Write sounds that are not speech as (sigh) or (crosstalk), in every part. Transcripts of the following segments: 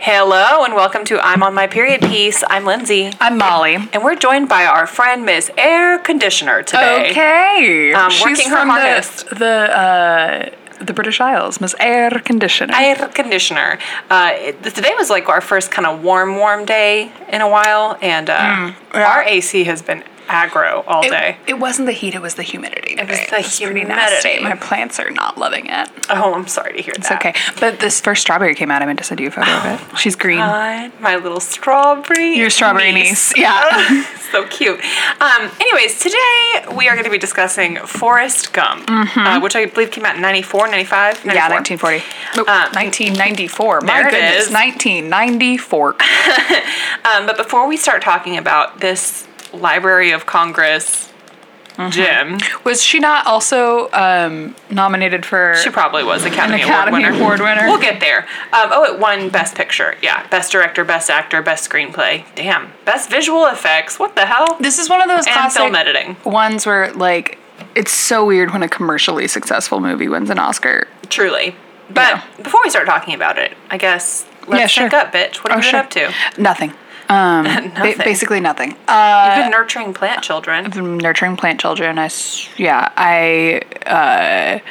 Hello and welcome to I'm on my period piece. I'm Lindsay. I'm Molly. And we're joined by our friend Miss Air Conditioner today. Okay. Um, She's working her from hardest. the the, uh, the British Isles, Miss Air Conditioner. Air conditioner. Uh, it, today was like our first kind of warm, warm day in a while, and uh, Hmm. yeah. our AC has been aggro all day. it, it wasn't the heat; it was the humidity. It was the Pretty nasty. humidity. My plants are not loving it. Oh, I'm sorry to hear It's that. okay. But this first strawberry came out. I meant to send you a photo of it. She's green. Mine, my little strawberry. Your strawberry niece. (laughs) Yeah. (laughs) so cute. Um, anyways, today we are going to be discussing Forrest Gump, uh, which I believe came out in 94, 95, Mm-hmm. Yeah, Uh, 94. 1940. Nope, Um, 1994. My there it goodness, is. 1994. Um, but before we start talking about this Library of Congress Mm-hmm. gym, Was she not also um, nominated for? she probably was Academy, Academy Award winner. Award winner. We'll get there. Um, oh, it won Best Picture. Yeah, Best Director, Best Actor, Best Screenplay. Damn, Best Visual Effects. What the hell? This is one of those And classic film editing. ones where like it's so weird when a commercially successful movie wins an Oscar. Truly. But Yeah. before we start talking about it, I guess let's Yeah, sure. check up, bitch. What have you been up to? (laughs) You've Nothing. Um, ba- Nothing. basically nothing. Uh, been nurturing plant children. nurturing plant children. I s- yeah. I uh,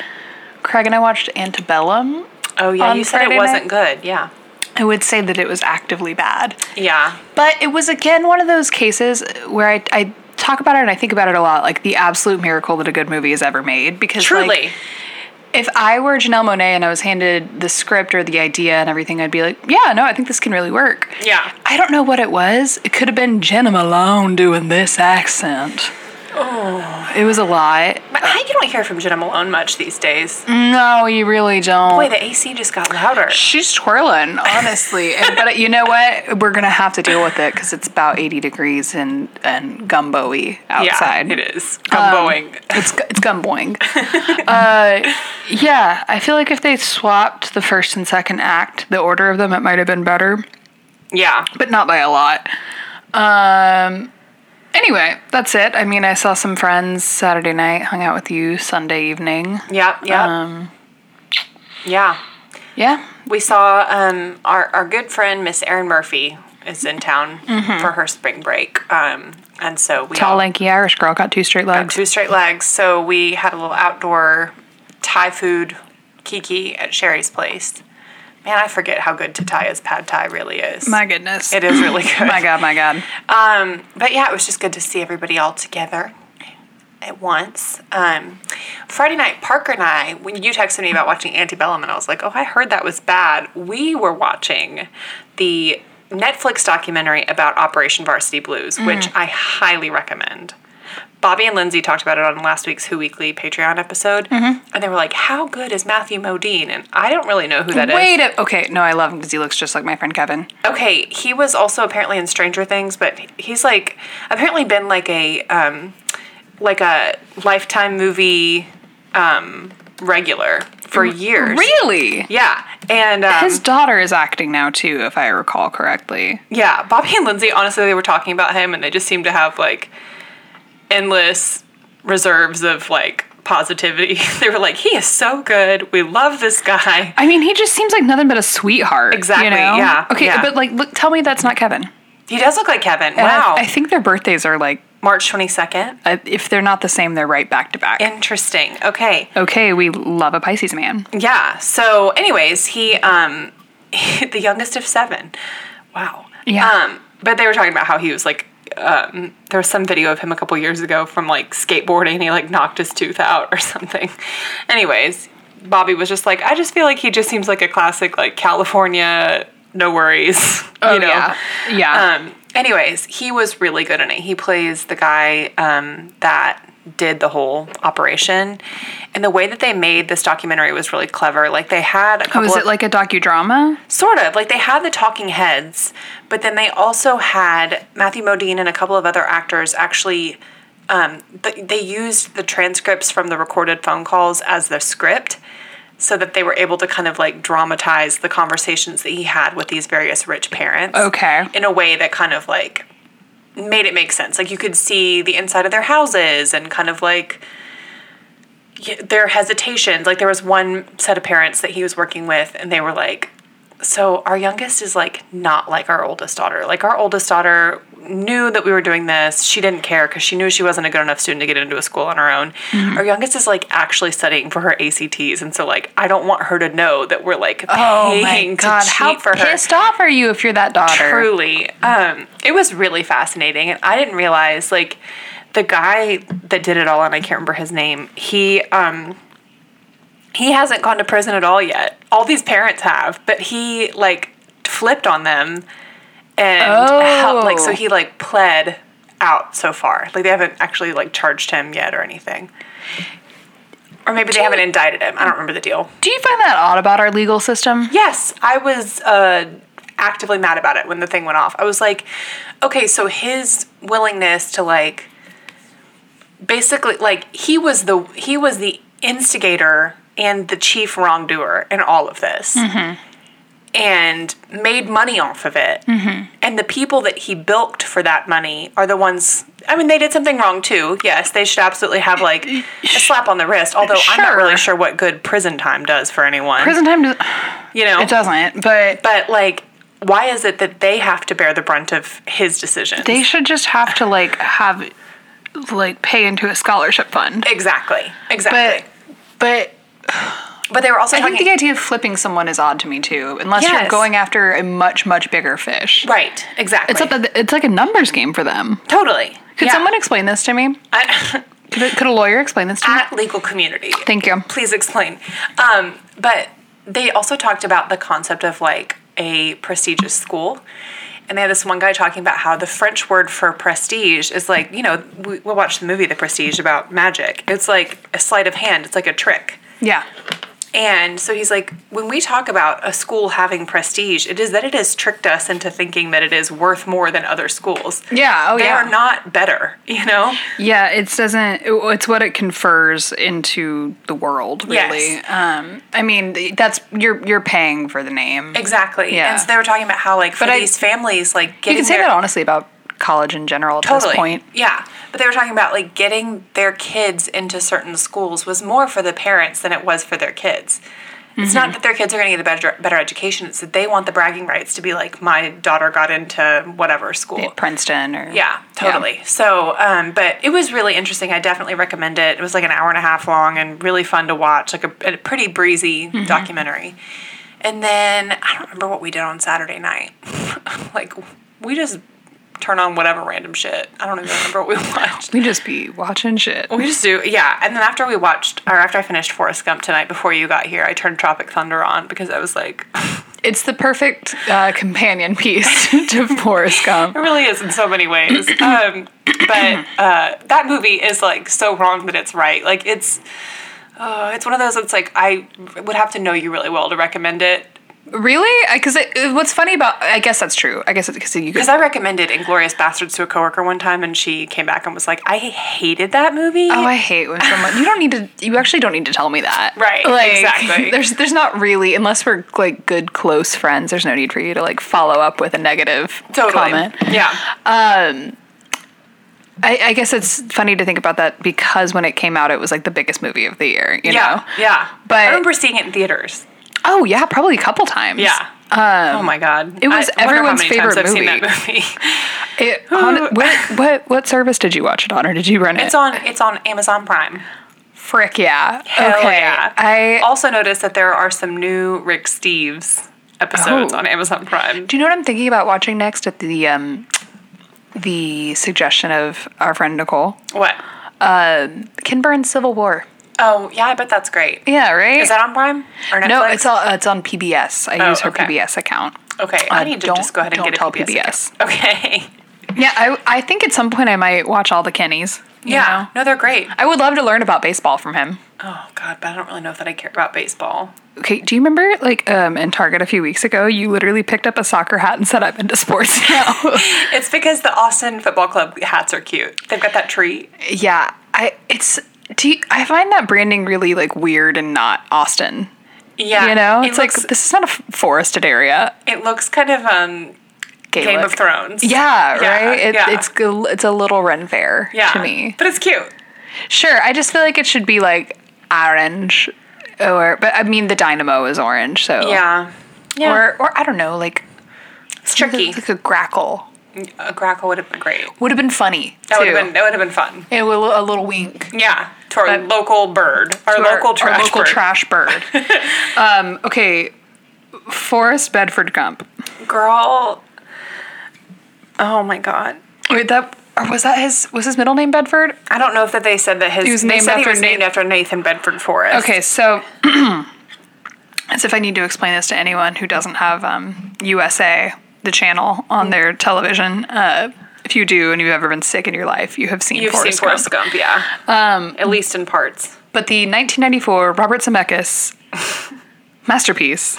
Craig and I watched Antebellum. Oh yeah, on you said Friday it wasn't night? good. Yeah. I would say that it was actively bad. Yeah. But it was again one of those cases where I, I talk about it and I think about it a lot, like the absolute miracle that a good movie has ever made. Because Truly. like, if I were Janelle Monet and I was handed the script or the idea and everything, I'd be like, yeah, no, I think this can really work. yeah. I don't know what it was. It could have been Jenna Malone doing this accent. Oh. It was a lot. But I, you don't hear from Jenna Malone much these days. No, you really don't. Boy, the AC just got louder. She's twirling, honestly. And- but you know what? We're gonna have to deal with it because it's about eighty degrees and and gumboy outside. Yeah, it is. Gumboing. Um, It's (laughs) it's gumboing. uh, yeah, I feel like if they swapped the first and second act, the order of them, it might have been better, yeah. but not by a lot. Um. Anyway, that's it. I mean, I saw some friends Saturday night, hung out with you Sunday evening. Yeah. Yeah. Um, yeah. yeah, We saw um, our, our good friend, Miss Erin Murphy, is in town for her spring break. Um, and so we tall, all lanky Irish girl got two straight legs. two straight legs. So we had a little outdoor Thai food kiki at Sherry's place. Man, I forget how good Tataya's pad thai really is. My goodness. it is really good. (laughs) My God, my God. Um, but yeah, it was just good to see everybody all together at once. Um, Friday night, Parker and I, when you texted me about watching Antebellum, and I was like, oh, I heard that was bad. We were watching the Netflix documentary about Operation Varsity Blues, which I highly recommend. Bobby and Lindsay talked about it on last week's Who Weekly Patreon episode, and they were like, "How good is Matthew Modine?" And I don't really know who that is. Wait a okay, no, I love him because he looks just like my friend Kevin. Okay, he was also apparently in Stranger Things, but he's like apparently been like a um, like a lifetime movie um, regular for years. Really? Yeah, and um, His daughter is acting now too, if I recall correctly. yeah, Bobby and Lindsay honestly they were talking about him, and they just seemed to have like endless reserves of like positivity. (laughs) they were like, "He is so good. We love this guy." I mean, he just seems like nothing but a sweetheart. you Exactly, know? yeah, Okay, yeah. but like, look, tell me that's not Kevin. He does look like Kevin. And I- Wow, I, think their birthdays are like, March twenty second. uh, if they're not the same, they're right back to back. Interesting. Okay. Okay, we love a Pisces man. Yeah. So, anyways, he um, (laughs) the youngest of seven. Wow. Yeah. Um, but they were talking about how he was like. Um, there was some video of him a couple years ago from like skateboarding. and He like knocked his tooth out or (laughs) something. Anyways, Bobby was just like, I just feel like he just seems like a classic like California, no worries. (laughs) you know. Oh, yeah. Yeah. Um, anyways, he was really good in it. He plays the guy um, that did the whole operation, and the way that they made this documentary was really clever. Like they had a couple was of, Oh, it like a docudrama? sort of like they had the talking heads, but then they also had Matthew Modine and a couple of other actors actually. Um, th- they used the transcripts from the recorded phone calls as the script so that they were able to kind of like dramatize the conversations that he had with these various rich parents Okay. in a way that kind of like made it make sense. Like you could see the inside of their houses and kind of like y- their hesitations. Like there was one set of parents that he was working with, and they were like, so our youngest is like not like our oldest daughter. Like our oldest daughter knew that we were doing this. She didn't care because she knew she wasn't a good enough student to get into a school on her own. Mm-hmm. Our youngest is like actually studying for her ACTs, and so like I don't want her to know that we're like Oh my paying god! to cheat How for her. pissed off are you if you're that daughter? Truly, um, it was really fascinating, and I didn't realize like the guy that did it all, and I can't remember his name. He um, he hasn't gone to prison at all yet. All these parents have, but he like flipped on them and helped, like so Oh. he like pled out so far. Like they haven't actually like charged him yet or anything. Or maybe they haven't indicted him. I don't remember the deal. Do you find that odd about our legal system? Yes, I was uh, actively mad about it when the thing went off. I was like, okay, so his willingness to like basically like he was the he was the instigator and the chief wrongdoer in all of this. Mm-hmm. And made money off of it. Mm-hmm. And the people that he bilked for that money are the ones. I mean, they did something wrong too. Yes, they should absolutely have like a slap on the wrist. Although I'm not Sure. really sure what good prison time does for anyone. Prison time does, you know, it doesn't, but but like, why is it that they have to bear the brunt of his decisions? they should just have to like have like pay into a scholarship fund. exactly, exactly. But but But, they were also I talking. think the idea of flipping someone is odd to me too, unless Yes. you're going after a much much bigger fish. right, exactly. It's not that it's like a numbers game for them. totally. Could Yeah. someone explain this to me? I- Could a, could a lawyer explain this to me? (laughs) at legal community? Thank you. Please explain. Um, but they also talked about the concept of like a prestigious school. And they had this one guy talking about how the French word for prestige is like, you know, we, we'll watch the movie The Prestige about magic. It's like a sleight of hand, it's like a trick. Yeah. And so he's like, when we talk about a school having prestige, it is that it has tricked us into thinking that it is worth more than other schools. Yeah. Oh They yeah. are not better, you know? Yeah, it doesn't. It's what it confers into the world, Yes. really. Um, I mean, that's you're you're paying for the name. Exactly. Yeah. And so they were talking about how, like, for But I- these families, like, getting You can say their, that honestly about college in general at totally. this point. Yeah. But they were talking about, like, getting their kids into certain schools was more for the parents than it was for their kids. It's Mm-hmm. not that their kids are going to get a better, better education. It's that they want the bragging rights to be like, my daughter got into whatever school. At Princeton or Yeah, totally. So, um, but it was really interesting. I definitely recommend it. It was like an hour and a half long and really fun to watch, like a, a pretty breezy documentary. And then I don't remember what we did on Saturday night. (laughs) like, we just turn on whatever random shit. I don't even remember what we (laughs) watched. We just be watching shit. We just do, yeah. And then after we watched, or after I finished Forrest Gump tonight before you got here, I turned Tropic Thunder on because I was like, It's the perfect uh, companion piece (laughs) to Forrest Gump. It really is in so many (clears throat) ways. Um, but uh, that movie is like so wrong that it's right. Like it's, uh, it's one of those that's like I would have to know you really well to recommend it Really? Because what's funny about I guess that's true. I guess because you could. because I recommended Inglorious Bastards to a coworker one time and she came back and was like, I hated that movie. Oh, I hate when someone you don't need to. You actually don't need to tell me that, Right, exactly. (laughs) There's there's not really unless we're like good close friends. There's no need for you to like follow up with a negative totally. comment. Yeah. I, I guess it's funny to think about that because when it came out, it was like the biggest movie of the year. You Yeah. know? Yeah. But- I remember seeing it in theaters. Oh yeah, probably a couple times. Yeah. oh my god! It was everyone's favorite I've Seen movie. that movie. (gasps) It, on, what what what service did you watch it on, or did you rent it? (laughs) it's on. It's on Amazon Prime. Frick yeah. Hell okay. Oh, yeah. I also noticed that there are some new Rick Steves episodes Oh. on Amazon Prime. Do you know what I'm thinking about watching next at the um, the suggestion of our friend Nicole? What? Kinburn's Civil War. Oh, yeah, I bet that's great. Yeah, right. Is that on Prime or Netflix? no, it's all uh, it's on PBS. I Oh, use her okay. PBS account. okay. I Uh, need to don't- just go ahead and don't get a tell PBS. PBS. account. (laughs) Okay. Yeah, I I think at some point I might watch all the Kennys. you Yeah. know? No, they're great. I would love to learn about baseball from him. Oh God, but I don't really know that I care about baseball. Okay, do you remember like um, in Target a few weeks ago? You literally picked up a soccer hat and said, "I'm into sports (laughs) now." It's because the Austin Football Club hats are cute. They've got that tree. yeah, I it's. Do you, I find that branding really like weird and not Austin? Yeah. You know, it it's looks, like this is not a f- forested area. it looks kind of um Game Gaelic. of Thrones. Yeah, Yeah, right. It, yeah. It's g- it's a little Ren Fair Yeah. to me. But it's cute. Sure, I just feel like it should be like orange, or but I mean the Dynamo is orange, so Yeah. Yeah. Or, or I don't know, like It's (laughs) tricky. Like a grackle A grackle would have been great. would have been funny. That would too. have been that would have been fun. It will a little wink. Yeah, to our But- local bird, our to local trash our local bird. (laughs) trash bird. um, okay, Forrest Bedford Gump. Girl. Oh my god. Wait, that or was that his was his middle name Bedford? I don't know if that they said that his He was they named said he after was Na- named after Nathan Bedford Forrest. Okay, so (clears throat) as if I need to explain this to anyone who doesn't have um, USA, the channel on their television. Uh, if you do, and you've ever been sick in your life, you have seen You've Forrest seen Gump. Forrest Gump, yeah. Um, At least in parts. But the 1994 (laughs) Robert Zemeckis masterpiece,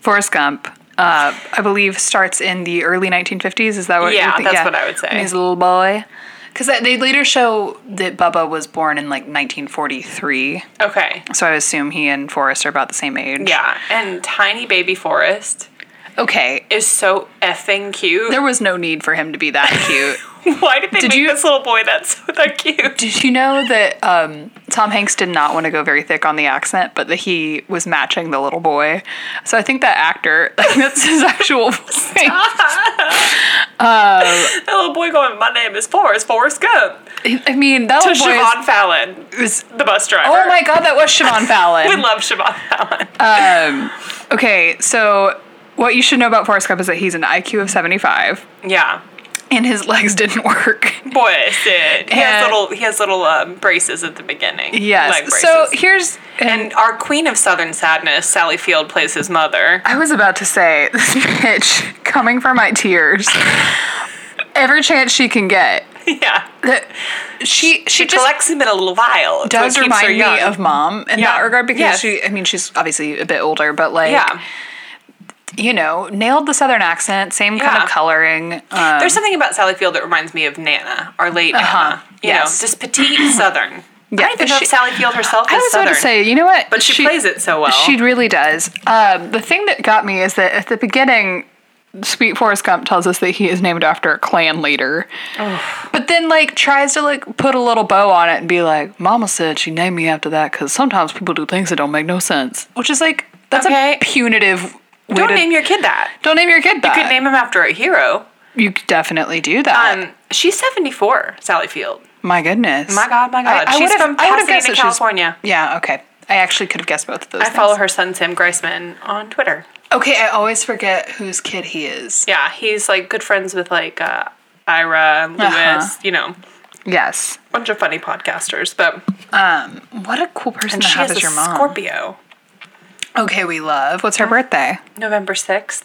Forrest Gump, uh, I believe starts in the early 1950s. Is that what? you Yeah, think? that's what I would say. When he's a little boy. Because they later show that Bubba was born in like 1943, Okay. so I assume he and Forrest are about the same age. Yeah, and tiny baby Forrest Okay. is so effing cute. There was no need for him to be (laughs) that cute. Why did they Did make you- this little boy that's so that (laughs) cute? Did you know that um, Tom Hanks did not want to go very thick on the accent, but that he was matching the little boy? So I think that actor, (laughs) that's his actual voice. Uh, (laughs) That little boy going, My name is Forrest, Forrest Gump. I mean, that To little boy Siobhan Fallon, is- was. the bus driver. Oh my god, that was (laughs) Siobhan We Fallon. love Siobhan Fallon. Okay, so what you should know about Forrest Gump is that he's an IQ of 75 yeah. and his legs didn't (laughs) work. Boy, Sid. He has And- little he has little um, braces at the beginning. Leg Yes. braces. So here's. and our queen of southern sadness, Sally Field, plays his (laughs) mother. I was about to say, (laughs) this bitch coming for my tears. Every chance she can get. yeah. That she she, She just collects him in a little vial. It's does what keeps her remind me young. of mom in Yeah. that regard because Yes. she I mean she's obviously a bit older, but like Yeah. you know, nailed the southern accent, same kind Yeah. of coloring. Um, Uh-huh. There's something about Sally Field that reminds me of Nana, our late Nana. You Yes. know, just (clears throat) petite southern. I don't even but know she- if Sally Field herself is I was southern. about to say, you know what? but she, plays it so well. She really does. Um, the thing that got me is that at the beginning, Sweet Forrest Gump tells us that he is named after a clan leader, but then like tries to like put a little bow on it and be like, "Mama said she named me after that because sometimes people do things that don't make no sense," which is like that's Okay. a punitive. Way Don't to, name your kid that. don't name your kid that. You could name him after a hero. You could definitely do that. Um, she's 74, Sally Field. my goodness. My God, my God. I, I she's would've- from I would've guessed Pasadena, that she was- California. yeah. Okay. I actually could have guessed both of those. I follow her son, Tim Greisman, on Twitter. Okay, I always forget whose kid he is. Yeah, he's like good friends with like uh, Ira, Lewis, Uh-huh. you know, Yes. bunch of funny podcasters. But What a cool person and to she have is a as your mom. Scorpio. Okay, we love. What's her birthday? November 6th.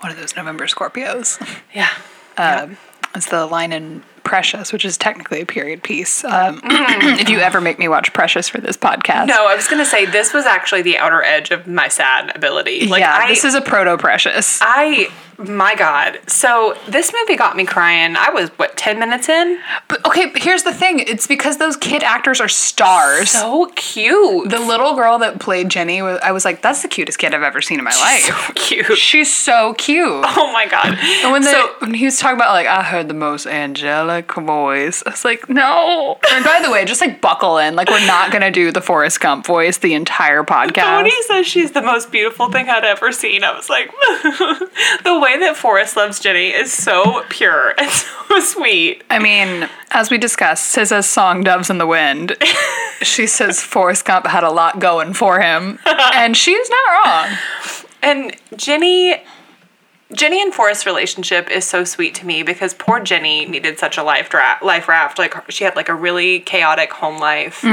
One of those November Scorpios. Yeah. Um, It's the line in Precious, which is technically a period piece. Um, (clears throat) if you ever make me watch Precious for this podcast, No, I was gonna say this was actually the outer edge of my sad ability. Like yeah, I, this is a proto Precious. I my God. So this movie got me crying. I was what, ten minutes in? But okay, but here's the thing: it's because those kid actors are stars. So cute. the little girl that played Jenny, wa- I was like, that's the cutest kid I've ever seen in my life. So cute. She's so cute. Oh my god. And when, they, so when he was talking about like I heard the most angelic voice, I was like, no. And by the way, just like buckle in, like we're not gonna do the Forrest Gump voice the entire podcast. Tony says she's the most beautiful thing I'd ever seen. I was like, (laughs) the way that Forrest loves Jenny is so pure and (laughs) so sweet. I mean, as we discussed, SZA's song "Doves in the Wind," she says Forrest Gump had a lot going (laughs) for him, and she's not wrong. And Jenny Jenny and Forrest's relationship is so sweet to me because poor Jenny needed such a life draft, life raft. Like she had like a really chaotic home life.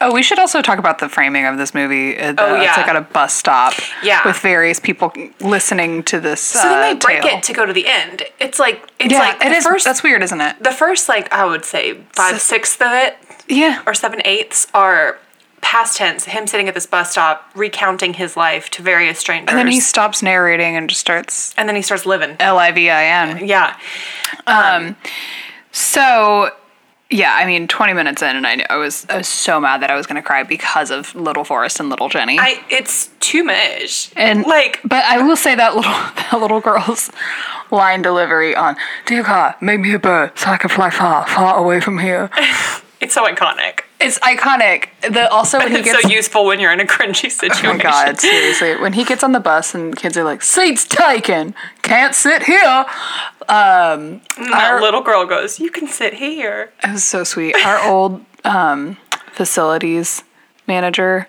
Oh, we should also talk about the framing of this movie. Uh, the- Oh, yeah. it's like at a bus stop, Yeah. with various people listening to this. So uh, then they break tale. it to go to the end. It's like it's yeah, like it the is. first that's weird, isn't it? the first like I would say five S- sixths of it Yeah. or seven eighths are past tense. Him sitting at this bus stop recounting his life to various strangers, And then he stops narrating and just starts and then he starts living. L I V I N. Yeah, So, yeah, I mean, 20 minutes in, and I, knew, I was I was so mad that I was going to cry because of Little Forest and Little Jenny. I it's too much. and like but I will say that little (laughs) that little girl's line delivery on (laughs) "Dear God, make me a bird so I can fly far, far away from here." it's so iconic. It's iconic. The also when he It's gets so useful when you're in a cringy (laughs) Oh situation. my god, seriously. When he gets on the bus and kids are like, seats taken, can't sit here. Um, And that little girl goes, You can sit here. it was so sweet. Our (laughs) old um, facilities manager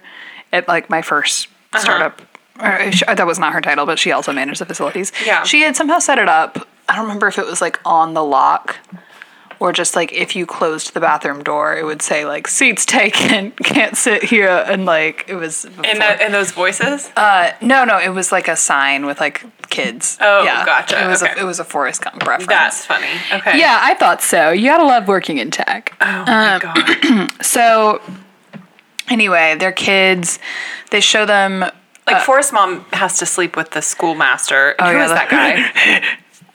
at like my 1st Uh-huh. startup, or she, uh, that was not her title, but she also managed the facilities. Yeah. She had somehow set it up. I don't remember if it was like on the lock or just like if you closed the bathroom door, it would say like seats taken, (laughs) can't sit here. And like it was. And, that, and those voices? Uh, no, no, it was like a sign with like kids. Oh, gotcha, It was okay. a, it was a Forrest Gump reference. That's funny. Okay. yeah, I thought so. You gotta love working in tech. Oh my god. So, anyway, they're kids. They show them. Like Forrest's mom has to sleep with the schoolmaster. Uh, Oh, Who yeah, Um, is that that- guy?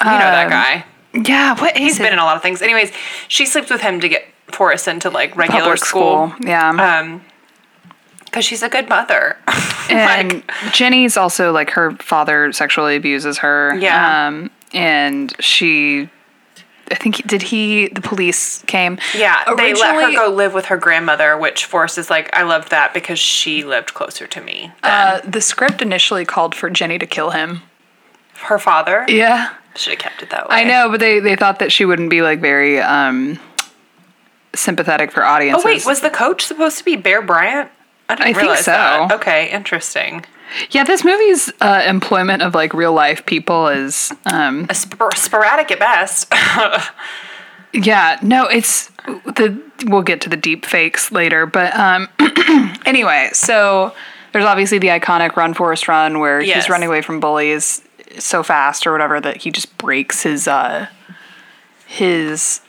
(laughs) you know that guy. Yeah, what is He's been in a lot of things. Anyways, she sleeps with him to get Forrest into like regular public school. school? Yeah, Um, because she's a good (laughs) mother. and Jenny's also like her father sexually abuses her. Yeah. um, and she. I think did he? The police came. yeah, they let her Originally- go live with her grandmother, which Forrest is like, I loved that because she lived closer to me. Uh, the script initially called for Jenny to kill him. Her father Yeah. should have kept it that way. I know, but they, they thought that she wouldn't be like very um sympathetic for audiences. Oh wait, was the coach supposed to be Bear Bryant? I didn't I think realize so. that. Okay, interesting. yeah, this movie's uh, employment of like real life people is um A spor- sporadic at best. (laughs) yeah, no, it's the we'll get to the deep fakes later, but um (clears throat) anyway, so there's obviously the iconic run forest run where Yes. he's running away from bullies so fast or whatever that he just breaks his uh his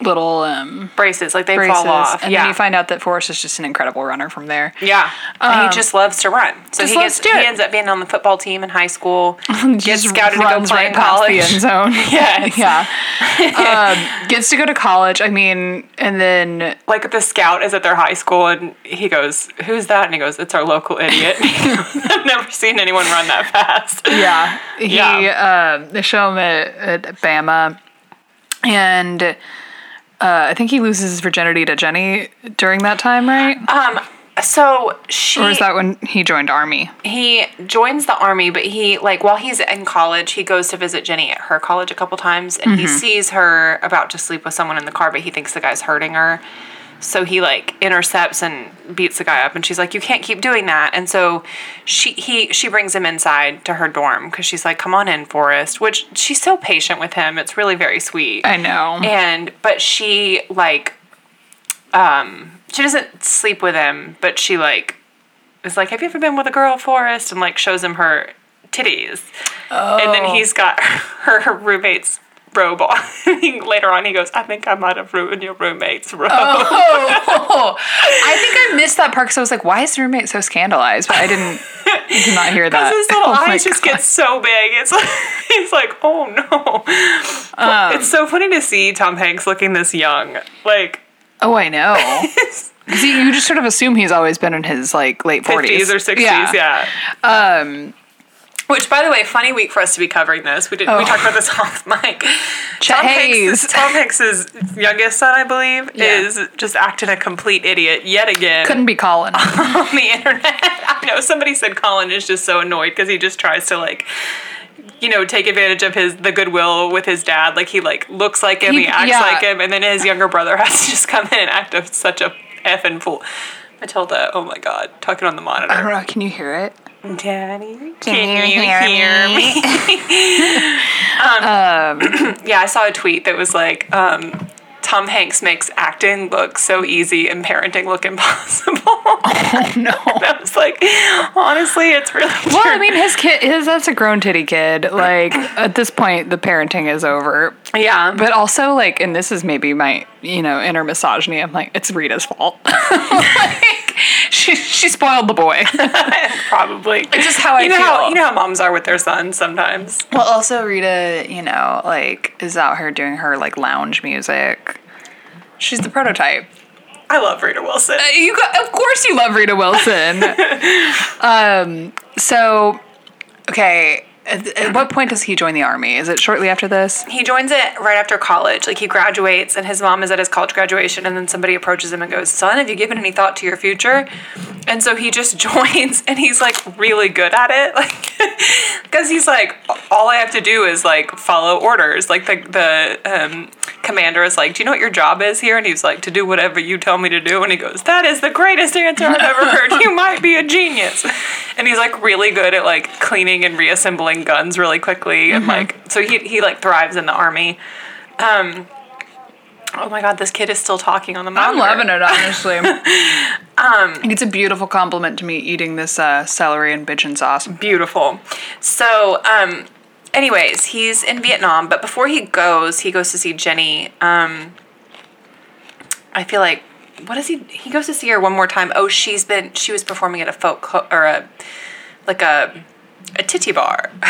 little um Braces, like they braces fall off. and yeah. then you find out that Forrest is just an incredible runner from there. yeah, And he just loves to run. So Um, just he loves gets, to do he it. ends up being on the football team in high (laughs) school. gets just scouted to go runs play right in past college. (laughs) the end zone. (laughs) Yes. yeah. Um, gets to go to college. I mean, and then Like the scout is at their high school, and he goes, "Who's that?" And he goes, "It's our local idiot." (laughs) I've never seen anyone run that fast. yeah, he Yeah. um, they show him at, at Bama, and uh, I think he loses his virginity to Jenny during that time, right? So she or is that when he joined army? he joins the army but he like while he's in college he goes to visit jenny at her college a couple times and he sees her about to sleep with someone in the car but he thinks the guy's hurting her so he like intercepts and beats the guy up and she's like you can't keep doing that and so she he she brings him inside to her dorm because she's like come on in forrest which she's so patient with him it's really very sweet I know. and but she like um she doesn't sleep with him but she like is like have you ever been with a girl forrest and like shows him her titties and Oh. then he's got (laughs) her, her roommate's robe on (laughs) later on he goes i think i might have ruined your roommate's robe oh, I think I missed that part because I was like, "Why is the roommate so scandalized?" But I didn't, I did (laughs) not hear that. (laughs) his little Oh my eyes just God. get so big it's like (laughs) he's like oh no Um. it's so funny to see tom hanks looking this young like Oh, I (laughs) know. 'Cause you- you just sort of assume he's always been in his like late 50s forties or 60s, yeah. Um, Which, by the way, funny week for us to be covering this. We did. Oh. We talked about this (laughs) off mic. Tom Hanks, Hayes. Tom Hanks's youngest son, I believe, is just acting a complete idiot yet again couldn't be (laughs) Colin. on the internet. (laughs) I know somebody said Colin is just so annoyed because he just tries to like. You know, take advantage of his the goodwill with his dad. Like he like looks like him, he, He- acts yeah. like him, and then his younger brother (laughs) has to just come in and act of such a effing fool. Matilda, oh my god, talking on the monitor. I don't know. Can you hear it? Daddy, can, you you, hear hear me? (laughs) um, (clears throat) yeah, I saw a tweet that was like, um, Tom Hanks makes acting look so easy and parenting look impossible. (laughs) Oh (laughs) no. I was like, honestly, it's really true. Well, I mean, his kid is that's a grown titty kid. Like at this point, the parenting is over. yeah, but But also, like, and this is maybe my you know inner misogyny. I'm like, it's Rita's fault. (laughs) like, she she spoiled the boy. probably it's just how I you know How, feel. you know how moms are with their sons sometimes. (laughs) Well, also Rita, you know, like is out here doing her like lounge music. She's the prototype. I love Rita Wilson. You got, of course (laughs) you love Rita Wilson. um, so okay, At, at what point does he join the army? Is it shortly after this? He joins it right after college. Like he graduates, and his mom is at his college graduation, and then somebody approaches him and goes, "Son, have you given any thought to your future?" And so he just (laughs) joins, and he's like really good at it, (laughs) like because he's like, all I have to do is like follow orders. Like the the um, commander is like, "Do you know what your job is here?" And he's like, "To do whatever you tell me to do." And he goes, "That is the greatest answer I've ever heard. (laughs) You might be a genius." And he's like really good at like cleaning and reassembling guns really quickly, Mm-hmm. and like so he he like thrives in the army. Um, oh my god, this kid is still talking on the I'm monitor. loving it, (laughs) honestly. it's a beautiful compliment to me eating this uh, celery and pigeon sauce. beautiful. So, um, anyways, he's in Vietnam, but before he goes, he goes to see Jenny. Um, I feel like what is he? He goes to see her one more time. Oh, she's been she was performing at a folk cl- or a like a a titty bar (laughs)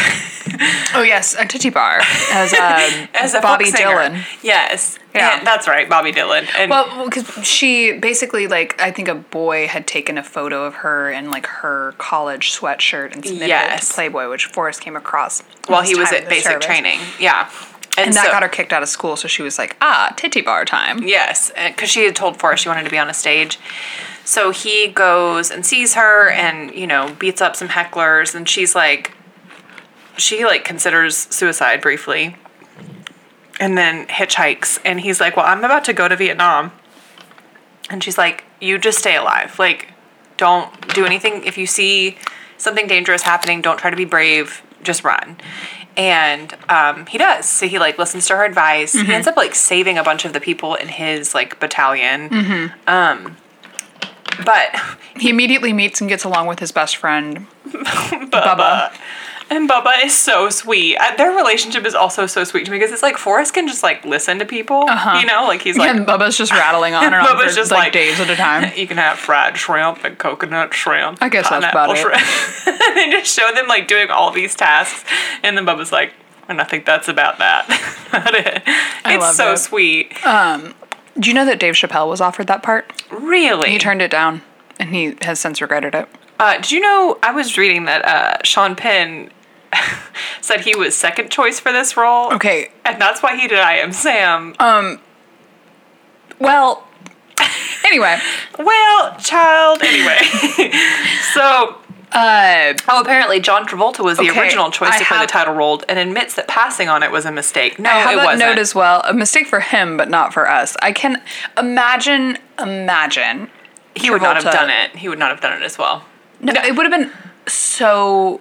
Oh yes, a titty bar (laughs) as, um, as a folk Bobby singer. Dylan. Yes, Yeah. And that's right, Bobby Dylan. And Well, because she basically like I think a boy had taken a photo of her in like her college sweatshirt and submitted it Yes. to Playboy, which Forrest came across while in he his was time at in the basic service. training, yeah, and that so- got her kicked out of school. So she was like, ah, titty bar (laughs) time. Yes, because she had told Forrest she wanted to be on a stage. So he goes and sees her and, you know, beats up some hecklers, and she's like, she like considers suicide briefly and then hitchhikes. And he's like, Well, I'm about to go to Vietnam. And she's like, You just stay alive. Like, don't do anything. If you see something dangerous happening, don't try to be brave. Just run. And um, he does. So he like listens to her advice. He ends up like saving a bunch of the people in his like battalion. Um, but He immediately meets and gets along with his best (laughs) friend Bubba. And Bubba is so sweet. Uh, Their relationship is also so sweet to me because it's like Forrest can just like listen to people. You know, like he's like, and Bubba's just rattling on and on Bubba's for just like, like- days at a time. You can have fried shrimp and coconut shrimp. I guess that's about pineapple Shrimp. (laughs) they just show them like doing all these tasks, and then Bubba's like, and I think that's about that. (laughs) About it. I it's love so it. sweet. (laughs) Do you know that Dave Chappelle was offered that part? really? He turned it down, and he has since regretted it. uh, did you know? I was reading that uh, Sean Penn (laughs) said he was second choice for this role. Okay, Uh. And that's why he did I Am Sam. (laughs) well, anyway, well, child. Anyway. (laughs) so. uh, Oh, apparently John Travolta was the Okay, original choice I to play the have- title role and admits that passing on it was a mistake. No, I have it that wasn't. note as well. A mistake for him, but not for us. I can imagine, imagine. he would not have Travolta. done it. He would not have done it as well. No, it would have been so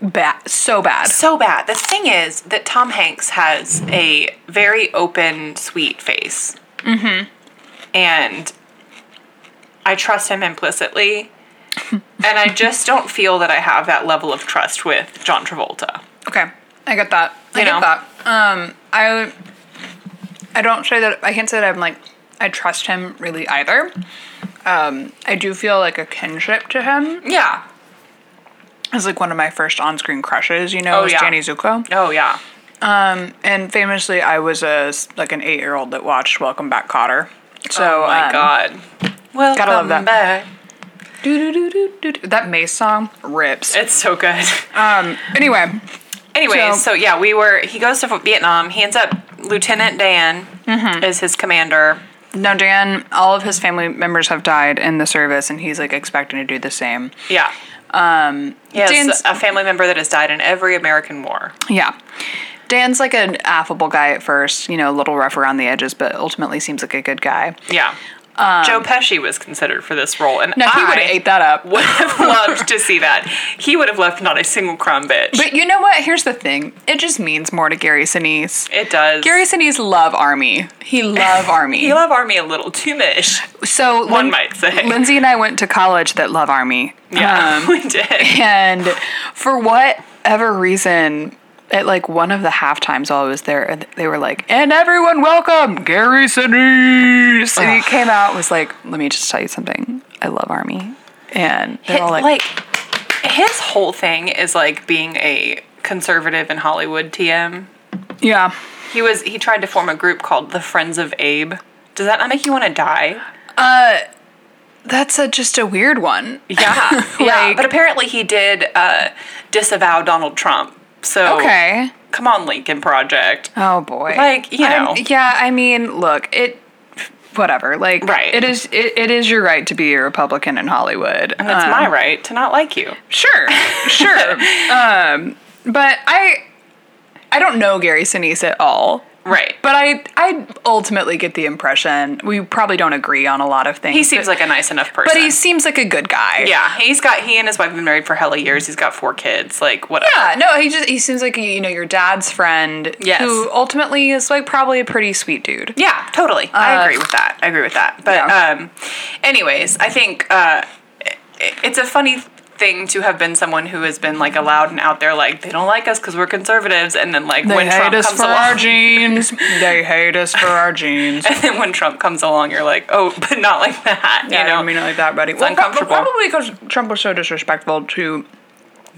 bad, so bad. So bad. The thing is that Tom Hanks has a very open, sweet face. Mm-hmm. And I trust him (laughs) implicitly. and I just don't feel that I have that level of trust with John Travolta. Okay, I get that. I You get know. that. Um, I, I don't say that. I can't say that I'm like I trust him really either. Um, I do feel like a kinship to him. Yeah. It's like one of my first on-screen crushes. You know, Oh, was yeah. Janie Zuko. Oh, yeah. And famously, I was a s- like an eight-year-old that watched Welcome Back, Cotter. So oh, my um, God. Welcome gotta love that. back. doo-doo-doo-doo-doo-doo. That Mace song rips. It's so good. (laughs) Anyway, Anyway, so, So- yeah, we were. He goes to Vietnam. He ends up Lieutenant Dan Mm-hmm. is his commander. now Dan, all of his family members have died in the service, and he's like expecting to do the same. Yeah. Um, Yes, Dan's, a family member that has died in every American war. yeah, Dan's like an affable guy at first, you know, a little rough around the edges, but ultimately seems like a good guy. Yeah. Joe Pesci was considered for this role, and Now Um, he would I have ate that (laughs) up. would have loved to see that. He would have left not a single crumb, bitch. But you know what? Here's the thing. It just means more to Gary Sinise. it does. Gary Sinise love army. He (laughs) love army. you love Army a little too much. so one might say. Lindsay and I went to college that love army. Yeah, (laughs) Um, we did. and for whatever reason at like one of the half times while I was there, and they were like, "And everyone, welcome Gary Sinise." And he came out was like, "Let me just tell you something. I love Army." And they're all Like, like, his whole thing is like being a conservative in Hollywood. TM. "Yeah, He was. He tried to form a group called the Friends of Abe. Does that not make you want to die? that's a, just a weird one." (laughs) Yeah, yeah. Like- But apparently, he did uh, disavow Donald Trump So Okay. come on, Lincoln Project. Oh boy. Like, you I'm- know. yeah, I mean, look, it whatever. Like Right. it is it, it is your right to be a Republican in Hollywood. And it's my right to not like you. Sure. (laughs) Sure. um but I I don't know Gary Sinise at all. Right. But But I I ultimately get the impression we probably don't agree on a lot of things. he seems but, like a nice enough person. but he seems like a good guy. yeah, he's got he and his wife have been married for hella years. He's got four kids. Like whatever. Yeah, no, he just he seems like you know your dad's friend Yes. who ultimately is like probably a pretty sweet dude. Yeah, totally. I agree with that. I agree with that. But Uh, Yeah. um, anyways, I think uh, i- it's a funny thing to have been someone who has been like allowed and out there like they don't like us because we're conservatives and then like when Trump comes along genes. They hate us for our (laughs) (laughs) genes. and then when Trump comes along you're like oh (laughs) but not like that you know like that, buddy. It's uncomfortable. Probably because Trump was so disrespectful to.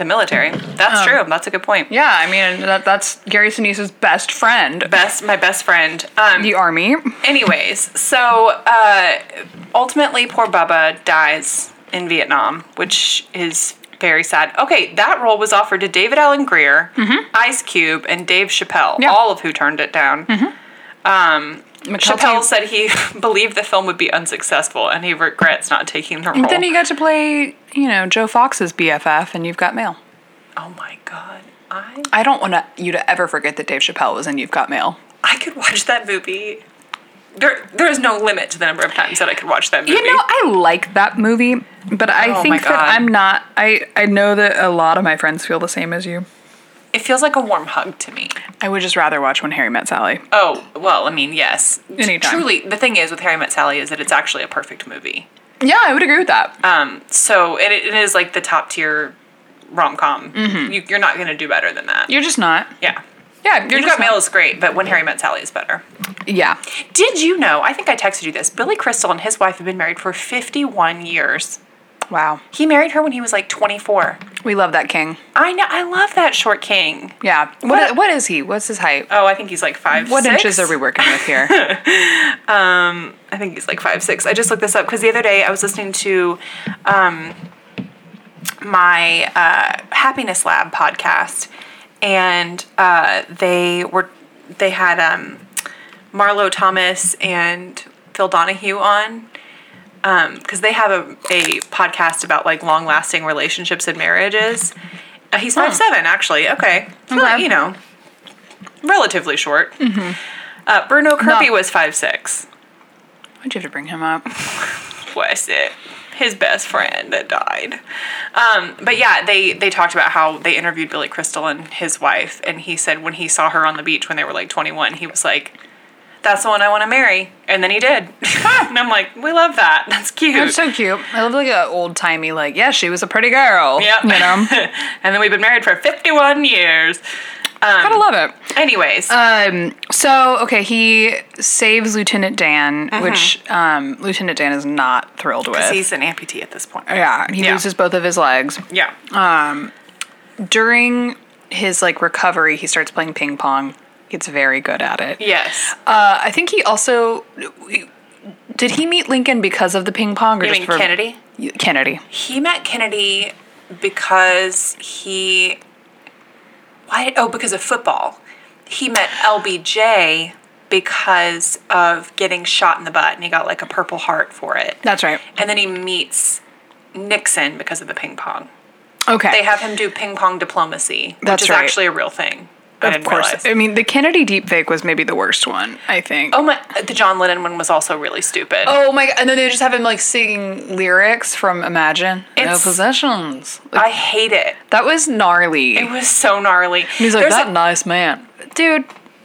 the military that's true that's a good point Oh. Yeah, I mean that, that's Gary Sinise's best friend, best my best friend um the army. anyways so uh ultimately poor Bubba dies in Vietnam which is very sad. Okay, that role was offered to David Allen Greer, Ice Cube, and Dave Chappelle, Mm-hmm. Yeah. Mm-hmm. all of who turned it down. Chappelle McCall's- said he (laughs) believed the film would be unsuccessful and he regrets not taking the role. Then he got to play, you know, Joe Fox's BFF, and you've got mail. oh my god, I I don't want to, you to ever forget that Dave Chappelle was in You've Got Mail. I could watch that movie. There, there's no limit to the number of times that I could watch that movie. You know, I like that movie, but I Oh my think God. that I'm not. I I know that a lot of my friends feel the same as you. it feels like a warm hug to me. I would just rather watch When Harry Met Sally. Oh well, I mean, yes. Anytime. Truly, the thing is with Harry Met Sally is that it's actually a perfect movie. Yeah, I would agree with that. Um, so and it, it is like the top tier rom com. You, you're not gonna do better than that. Mm-hmm. You're just not. yeah. Yeah, you're You've just Got Mail not- is great, but When Harry Met Sally is better. Yeah. Did you know? I think I texted you this. Billy Crystal and his wife have been married for 51 years. Wow. He married her when he was like 24. We love that king. I know. I love that short king. Yeah. What what is he? What's his height? Oh, I think he's like five. What six. inches are we working with (laughs) here? I think he's like five six. I just looked this up because the other day I was listening to um, my uh, happiness lab podcast, and uh, they were they had um, Marlo Thomas and Phil Donahue on because they have a, a podcast about like long lasting relationships and marriages. Uh, he's five seven actually. Okay, So, like, Okay. you know, relatively short. Uh, Bruno Kirby was five six Why'd you have to bring him up? was it his best friend that died um, but yeah they they talked about how they interviewed billy crystal and his wife and he said when he saw her on the beach when they were like 21 he was like that's the one i want to marry and then he did (laughs) and i'm like we love that that's cute That's so cute. I love like an old timey like, yeah, she was a pretty girl. Yep. (laughs) You know. and then we've been married for 51 years Gotta love it. anyways Um, so okay, he saves Lieutenant Dan, which um, Lieutenant Dan is not thrilled with. he's an amputee at this point yeah, he Yeah. loses both of his legs. yeah During his like recovery, he starts playing ping pong. Gets very good at it. yes Uh, I think he also did he meet Lincoln because of the ping pong or you just mean for kennedy Kennedy. He met Kennedy because he. Why? Oh, because of football. He met LBJ because of getting shot in the butt, and he got like a Purple Heart for it. That's right. And then he meets Nixon because of the ping pong. Okay. They have him do ping pong diplomacy, which That's is right. actually a real thing. I of didn't course. realize. I mean, the Kennedy deepfake was maybe the worst one. I think. Oh my! The John Lennon one was also really stupid. Oh my! And then they just have him like singing lyrics from Imagine. It's- no possessions. I hate it. that was gnarly. It was so gnarly. He's like There's that a- nice man, dude.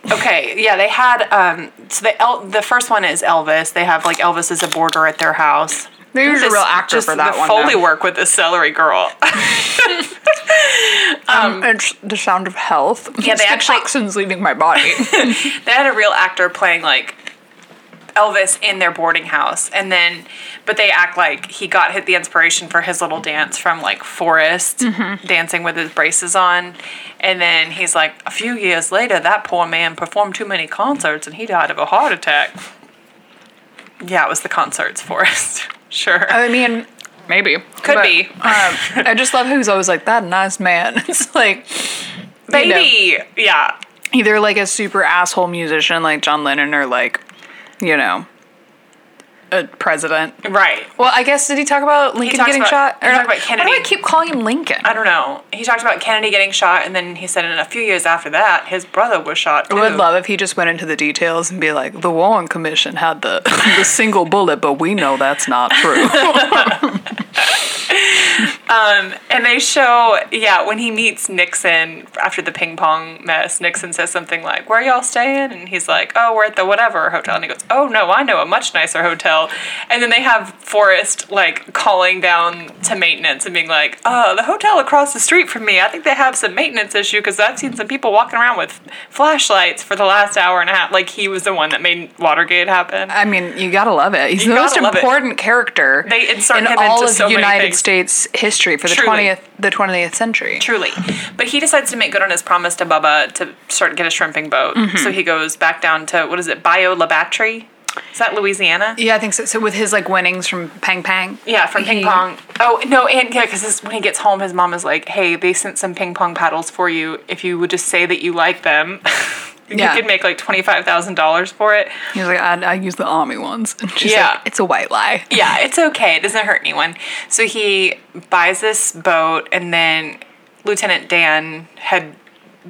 Okay, yeah, they had um so the El- the first one is Elvis. They have like Elvis as a boarder at their house. They was a Just- real actor just for that the one. Foley though. work with the celery girl. (laughs) it's Um, the sound of health. Yeah, they It's the actually- toxins leaving (laughs) my body. they had a real actor playing like Elvis in their boarding house, and then but they act like he got hit the inspiration for his little dance from like Forrest Mm-hmm. dancing with his braces on, and then he's like a few years later that poor man performed too many concerts and he died of a heart attack. Yeah, it was the concerts, Forrest. (laughs) sure. I mean, maybe Could be. (laughs) (laughs) um, I just love who's always like that nice man. It's like know. baby. Yeah. Either like a super asshole musician like John Lennon or like, you know, a president. Right. Well, I guess did he talk about Lincoln talks getting about- shot? he talked about Why do Kennedy. I keep calling him Lincoln? I don't know. He talked about Kennedy getting shot, and then he said in a few years after that, his brother was shot too. I would love if he just went into the details and be like, the Warren Commission had the (laughs) the single bullet, but we know that's not (laughs) true. And they show, yeah, when he meets Nixon after the ping pong mess, Nixon says something like, Where y'all staying? And he's like, Oh, we're at the whatever hotel. And he goes, Oh, no, I know a much nicer hotel. And then they have Forrest, like, calling down to maintenance and being like, Oh, the hotel across the street from me, I think they have some maintenance issue because I've seen some people walking around with flashlights for the last hour and a half. Like, he was the one that made Watergate happen. I mean, you gotta love it. He's the gotta most love it. important character They insert in him all into of so many United things. States history for the Truly. twentieth the twentieth century. Truly. But he decides to make good on his promise to Bubba to start get a shrimping boat. Mm-hmm. So he goes back down to what is it, Bio Labatry? Is that Louisiana? Yeah, I think so. So with his like winnings from Pang Pang. Yeah, from ping He- pong. Oh no, and yeah, because when he gets home, his mom is like, "Hey, they sent some ping pong paddles for you. If you would just say that you like them, (laughs) Yeah. you could make like twenty five thousand dollars for it." He's like, I, I use the army ones. (laughs) And she's Yeah. like, it's a white lie. Yeah, it's okay. It doesn't hurt anyone. So he buys this boat, and then Lieutenant Dan had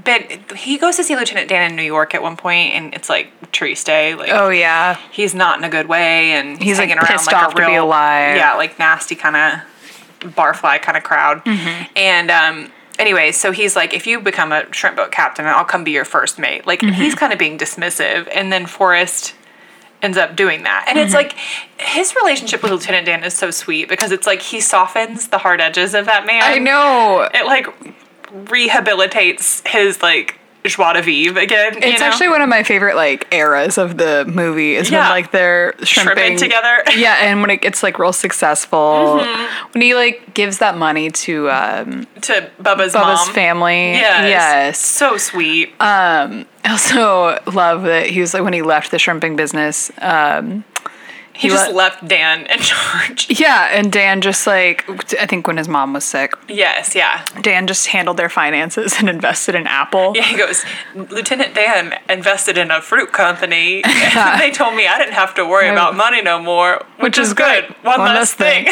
been. He goes to see Lieutenant Dan in New York at one point, and it's like Trees Day. Like, Oh yeah. he's not in a good way, and he's, He's, like, hanging around pissed like off a to real, be alive. Yeah, like nasty kind of barfly kind of crowd. Mm-hmm. And um, anyway, so he's like, if you become a shrimp boat captain, I'll come be your first mate. Like Mm-hmm. and he's kind of being dismissive, and then Forrest ends up doing that. And Mm-hmm. it's like his relationship with Lieutenant Dan is so sweet because it's like he softens the hard edges of that man. I know. it like rehabilitates his like joie de vivre again. you It's know? actually one of my favorite like eras of the movie is when Yeah. like they're shrimping shrimping, together. (laughs) Mm-hmm. yeah, and when it gets like real successful, when he like gives that money to um, to Bubba's, Bubba's mom. family. Yes. Uh, Yes. So sweet. I also love that he was like when he left the shrimping business. Um, he just le- left Dan in (laughs) charge. yeah, and Dan just like I think when his mom was sick, yes, yeah. Dan just handled their finances and (laughs) invested in Apple. Yeah, he goes, Lieutenant Dan invested in a fruit (laughs) company. they told me I didn't have to worry about money no more, which, is, is good. great. One, One less less thing.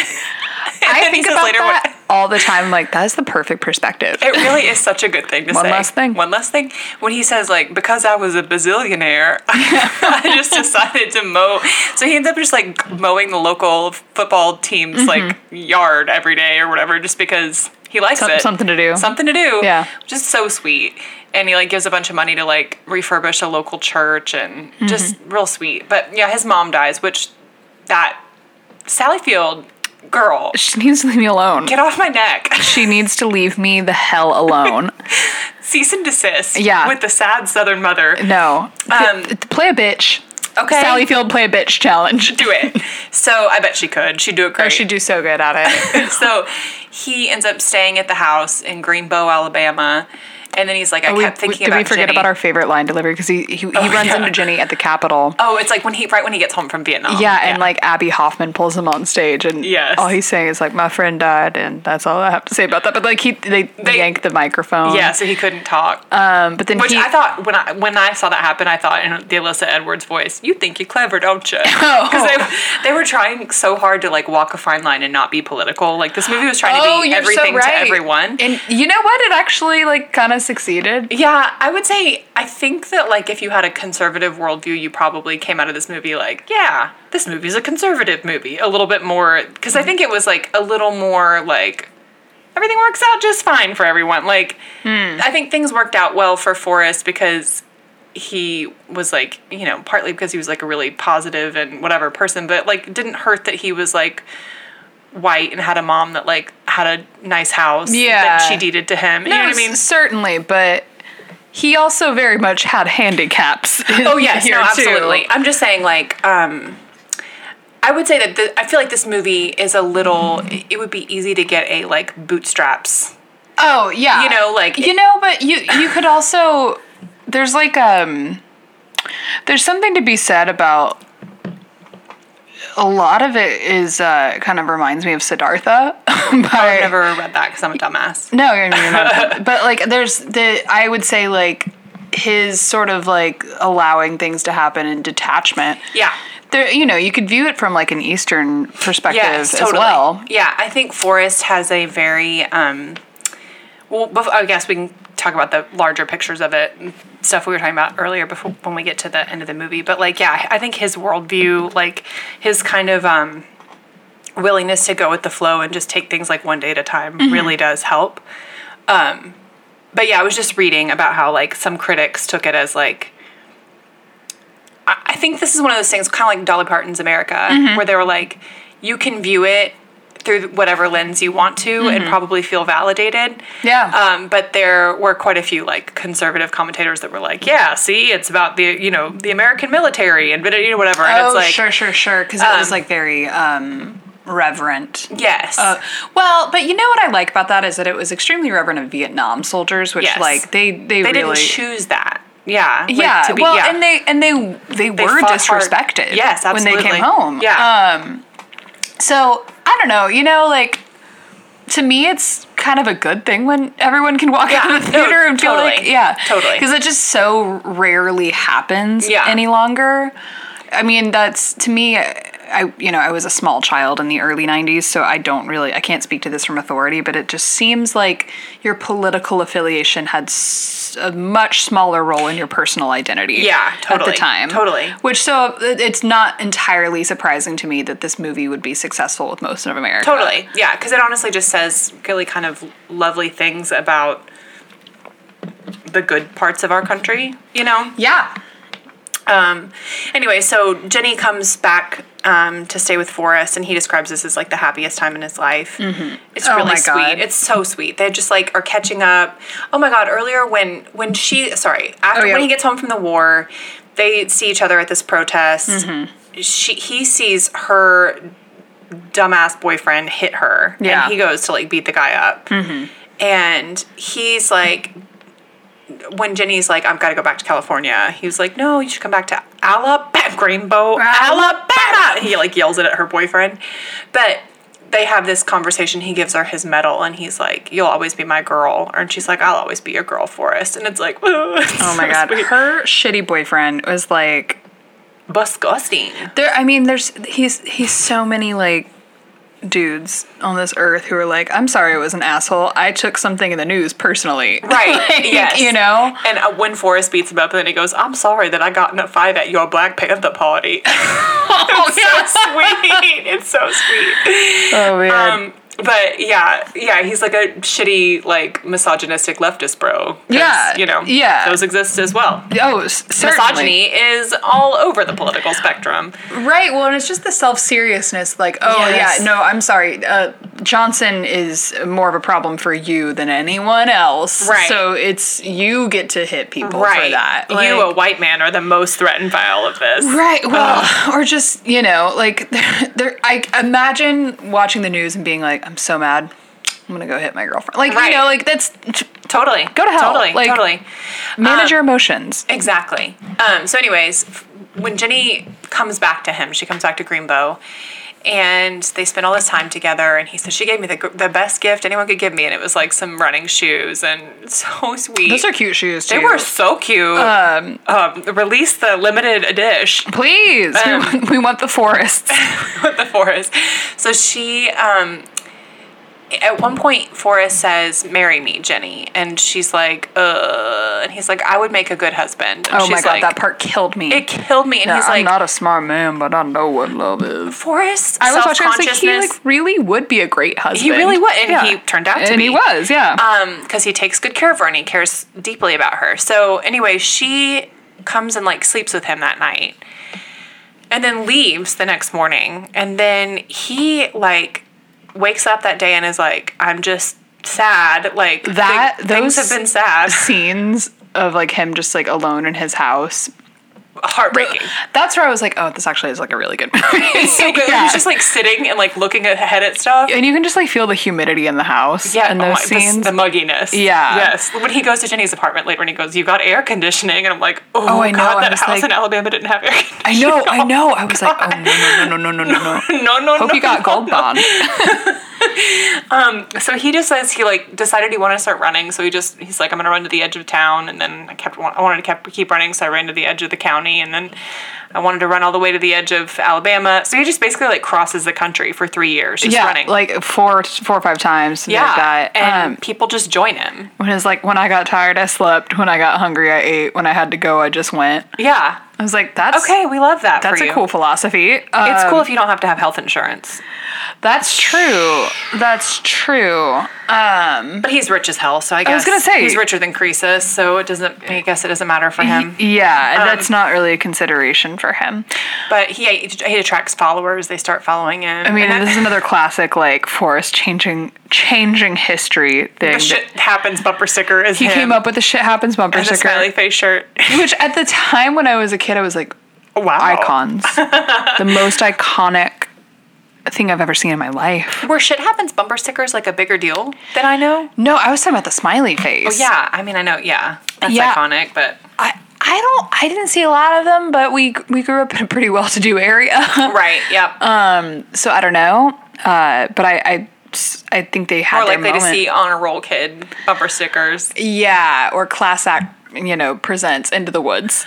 And I then he think says about later what- that all the time. Like that is the perfect perspective. It really is such a good thing to One say. less thing. One less thing. When he says like, because I was a bazillionaire, (laughs) I (laughs) just decided to mow. So he ends up just like mowing the local football team's Mm-hmm. like yard every day or whatever, just because he likes Some- it. something to do. Something to do. Yeah. Which is so sweet. And he like gives a bunch of money to like refurbish a local church and Mm-hmm. just real sweet. But yeah, his mom dies, which that Sally Field girl. she needs to leave me alone. Get off my neck. (laughs) She needs to leave me the hell alone. Cease and desist. Yeah. With the sad Southern mother. No. Um, P- play a bitch. Okay. Sally Field play a bitch challenge. do (laughs) it. So I bet she could. She'd do it great. (laughs) She'd do so good at it. So he ends up staying at the house in Greenbow, Alabama. And then he's like, (laughs) I We- kept thinking we- did about we forget Jenny. Oh, about our favorite line delivery? Because he, he, he runs yeah. into Jenny at the Capitol. Oh, it's like when he right when he gets home from Vietnam. yeah, and like Abby Hoffman pulls him on stage, and Yes. all he's saying is like, "My friend died," and that's all I have to say about that. But like he, they, yank the microphone. Yeah, so he couldn't talk. Um, but then Which he, I thought when I when I saw that happen, I thought in the Alyssa Edwards voice, "You think you're clever, don't (laughs) you?" Because they, they were trying so hard to like walk a fine line and not be political. Like this movie was trying oh, to be you're everything so right. to everyone. And you know what? It actually like kind of succeeded. Yeah, I would say I think that like if you had a conservative worldview, you probably came out of this movie like, yeah, this movie's a conservative movie, a little bit more because I think it was like a little more like everything works out just fine for everyone. Like I think things worked out well for Forrest because he was like, you know, partly because he was like a really positive and whatever person, but like it didn't hurt that he was like white and had a mom that like had a nice house Yeah. that she deeded to him. you know what I s- mean? Certainly, but he also very much had (laughs) handicaps. Oh yes, here, no, too. absolutely. I'm just saying, like, um, I would say that the, I feel like this movie is a little. It would be easy to get a like bootstraps. Oh yeah, You know, like- you know, but you you could also there's like um there's something to be said about a lot of it is uh, kind of reminds me of Siddhartha. (laughs) but I've never read that because I'm a dumbass. No, you're you're (laughs) not. but like, there's the I would say like his sort of like allowing things to happen in detachment. Yeah. There, you know, you could view it from like an Eastern perspective Yes, as well. Yeah, I think Forrest has a very um, well. Before, I guess we can talk about the larger pictures of it and stuff we were talking about earlier before when we get to the end of the movie. But like, yeah, I think his worldview, like his kind of um, willingness to go with the flow and just take things like one day at a time, Mm-hmm. really does help. Um, but yeah, I was just reading about how like some critics took it as like I think this is one of those things, kind of like Dolly Parton's America, Mm-hmm. where they were like, you can view it through whatever lens you want to and probably feel validated. Mm-hmm. Yeah. Um, but there were quite a few like conservative commentators that were like, yeah, see, it's about the you know the American military and you know whatever. And oh, it's like, sure, sure, sure. Because it was like very um, reverent. yes, Uh, well, but you know what I like about that is that it was extremely reverent of Vietnam soldiers, which Yes. like they they they, really didn't choose that. Yeah. like, yeah, to be- well, yeah. and they and they they were fought hard. disrespected. Yes, when they absolutely. came home. Yeah. Um, so I don't know. You know, like to me, it's kind of a good thing when everyone can walk out of the no, theater and feel like, totally, yeah, totally. because it just so rarely happens Yeah. any longer. I mean, that's to me. I you know I was a small child in the early '90s, so I don't really I can't speak to this from authority, but it just seems like your political affiliation had s- a much smaller role in your personal identity. Yeah, At totally, the time, totally. Which so it- it's not entirely surprising to me that this movie would be successful with most of America. Totally. Yeah, because it honestly just says really kind of lovely things about the good parts of our country, you know? (laughs) Yeah. Um, anyway, so Jenny comes back um, to stay with Forrest, and he describes this as like the happiest time in his life. It's Oh really my sweet. God. It's so sweet. They just like are catching up. Oh my god! Earlier when when she sorry after Oh, yeah. when he gets home from the war, they see each other at this protest. Mm-hmm. She he sees her dumbass boyfriend hit her, Yeah. and Mm-hmm. he goes to like beat the guy up, and he's like when Jenny's like, I've got to go back to California, he was like, No, you should come back to Alabama, (laughs) Greenbow, Alabama. He like yells it at her boyfriend. But they have this conversation. He gives her his medal and he's like, You'll always be my girl. And she's like, I'll always be your girl, Forrest. And it's like, (laughs) Oh my god, her shitty boyfriend was like Disgusting. There, I mean, there's he's he's so many like dudes on this earth who are like, I'm sorry, it was an asshole. I took something in the news (laughs) personally, (laughs) Right. Like, yes. you know. And uh, when Forrest beats him up, then he goes, I'm sorry that I got in a fight at your Black Panther party. (laughs) (laughs) Oh it's so sweet. It's so sweet. man. Um, but yeah, yeah, he's like a shitty, like misogynistic leftist bro. 'Cause, Yeah, you know, yeah. those exist as well. oh, s- certainly. Misogyny is all over the political spectrum. Right. Well, and it's just the self seriousness. Like, oh Yes. yeah, no, I'm sorry. Uh, Johnson is more of a problem for you than anyone else. Right. So it's you get to hit people for that. you, Like- a white man, are the most threatened by all of this. Right. Well, or just you know, like (laughs) there, there. I imagine watching the news and being like, I'm so mad. I'm gonna go hit my girlfriend. Like Right. you know, like that's Totally. Go to hell. Totally. Like- totally. manage your emotions. Exactly. Um, so, anyways, f- when Jenny comes back to him, she comes back to Greenbow, and they spend all this time together. And he says, "She gave me the, gr- the best gift anyone could give me, and it was like some running shoes, and (laughs) so sweet." Those are cute shoes. Too. They were so cute. Um, release the limited edition (laughs) Please, we Um. want- we want the (laughs) forests. with the Forest. So she, um, at one point, Forrest says, "Marry me, Jenny," and she's like, "Uh," and he's like, "I would make a good husband." And Oh she's my god, like, that part killed me. It killed me, and Yeah, he's I'm like, not a smart man, but I know what love is. Forrest, I was self watching. I was like, he consciousness. like really would be a great husband. really would, and he turned out to and he be. was, yeah. um because he takes good care of her and he cares deeply about her so anyway she comes and like sleeps with him that night and then leaves the next morning and then he like wakes up that day and is like i'm just sad like thi- That- things those- have been sad (laughs) scenes of like him just like alone in his house (laughs) heartbreaking. That's where I was like, oh, this actually is like a really (laughs) good movie. It's so good. (laughs) Yeah. He's just like sitting and like looking ahead at stuff. and you can just like feel the humidity in the house. Yeah, and oh those my- the- scenes. The, mugginess. Yeah. Yes. When he goes to Jenny's apartment later, and he goes, "You got air conditioning," and I'm like, "Oh, I know. God, I that was house like- in Alabama didn't have air conditioning." (laughs) I know, I know. I was like, oh no, no, no, no, no, no, no. No, no, Hope no. you got gold bond. So he just says he like decided he wanted to start running. So he just he's like, I'm gonna run to the edge of town, and then I kept I wanted to kept, keep running, so I ran to the edge of the county, and then I wanted to run all the way to the edge of Alabama. So he just basically like crosses the country for three years, just yeah, running. like four, four or five times. something yeah, like that. and um, people just join him. when it's like when I got tired, I slept. When I got hungry, I ate. When I had to go, I just went. Yeah. I was like, that's Okay, we love that. That's for a you. cool philosophy. It's Um, cool if you don't have to have health insurance. That's true. That's true. But he's rich as hell, so I guess Mm-hmm. was gonna say- he's richer than Croesus, so it doesn't. I guess it doesn't matter for him. um, Yeah, that's not really a consideration for him. But he he attracts followers; they start following him. I mean, this is another classic like Forrest changing changing history thing. that- shit happens bumper sticker is he came up with the shit happens bumper with a smiley sticker, face shirt. which at the time when I was a kid, I was like Wow, (laughs) icons, the most iconic thing I've ever seen in my life. Where shit happens bumper stickers like a bigger deal than I know. No, I was talking about the smiley face. Oh, Yeah, I mean I know. Yeah, that's Yeah. iconic, but I, I don't I didn't see a lot of them, but we we grew up in a pretty well to do area, (laughs) right. Yep. Uh, so I don't know. Uh, but I, I s- I think they had More their likely to moment. see honor roll kid bumper stickers. Yeah, or class act, you know, presents Into (laughs) the Woods.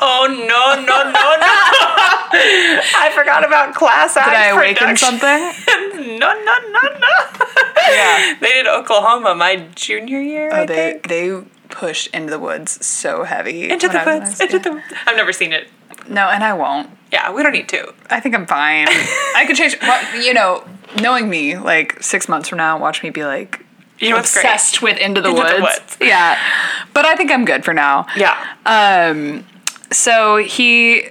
Oh no no no no! (laughs) I forgot about class act. Did I awaken production. something? No no no no! Yeah. (laughs) They did Oklahoma my junior year. I Oh, they think. they pushed Into the Woods so heavy. Into when the I was in woods. high Into school. the. I've never seen it. No, and I won't. Yeah, we don't need to. I think I'm fine. I could change. well, You know, knowing me, like six months from now, watch me be like You know what's great? obsessed with Into the Into the Woods. Woods. Yeah, but I think I'm good for now. Yeah. Um, so he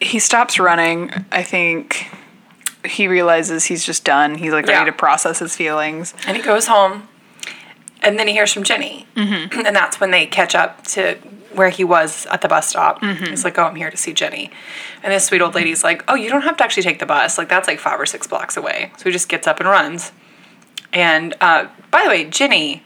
he stops running. I think he realizes he's just done. He's like ready Yeah. to process his feelings. And he goes home, and then he hears from Jenny, mm-hmm. and that's when they catch up to where he was at the bus stop. Mm-hmm. He's like, "Oh, I'm here to see Jenny," and this sweet old lady's like, "Oh, you don't have to actually take the bus. Like that's like five or six blocks away." So he just gets up and runs. And uh, by the way, Jenny,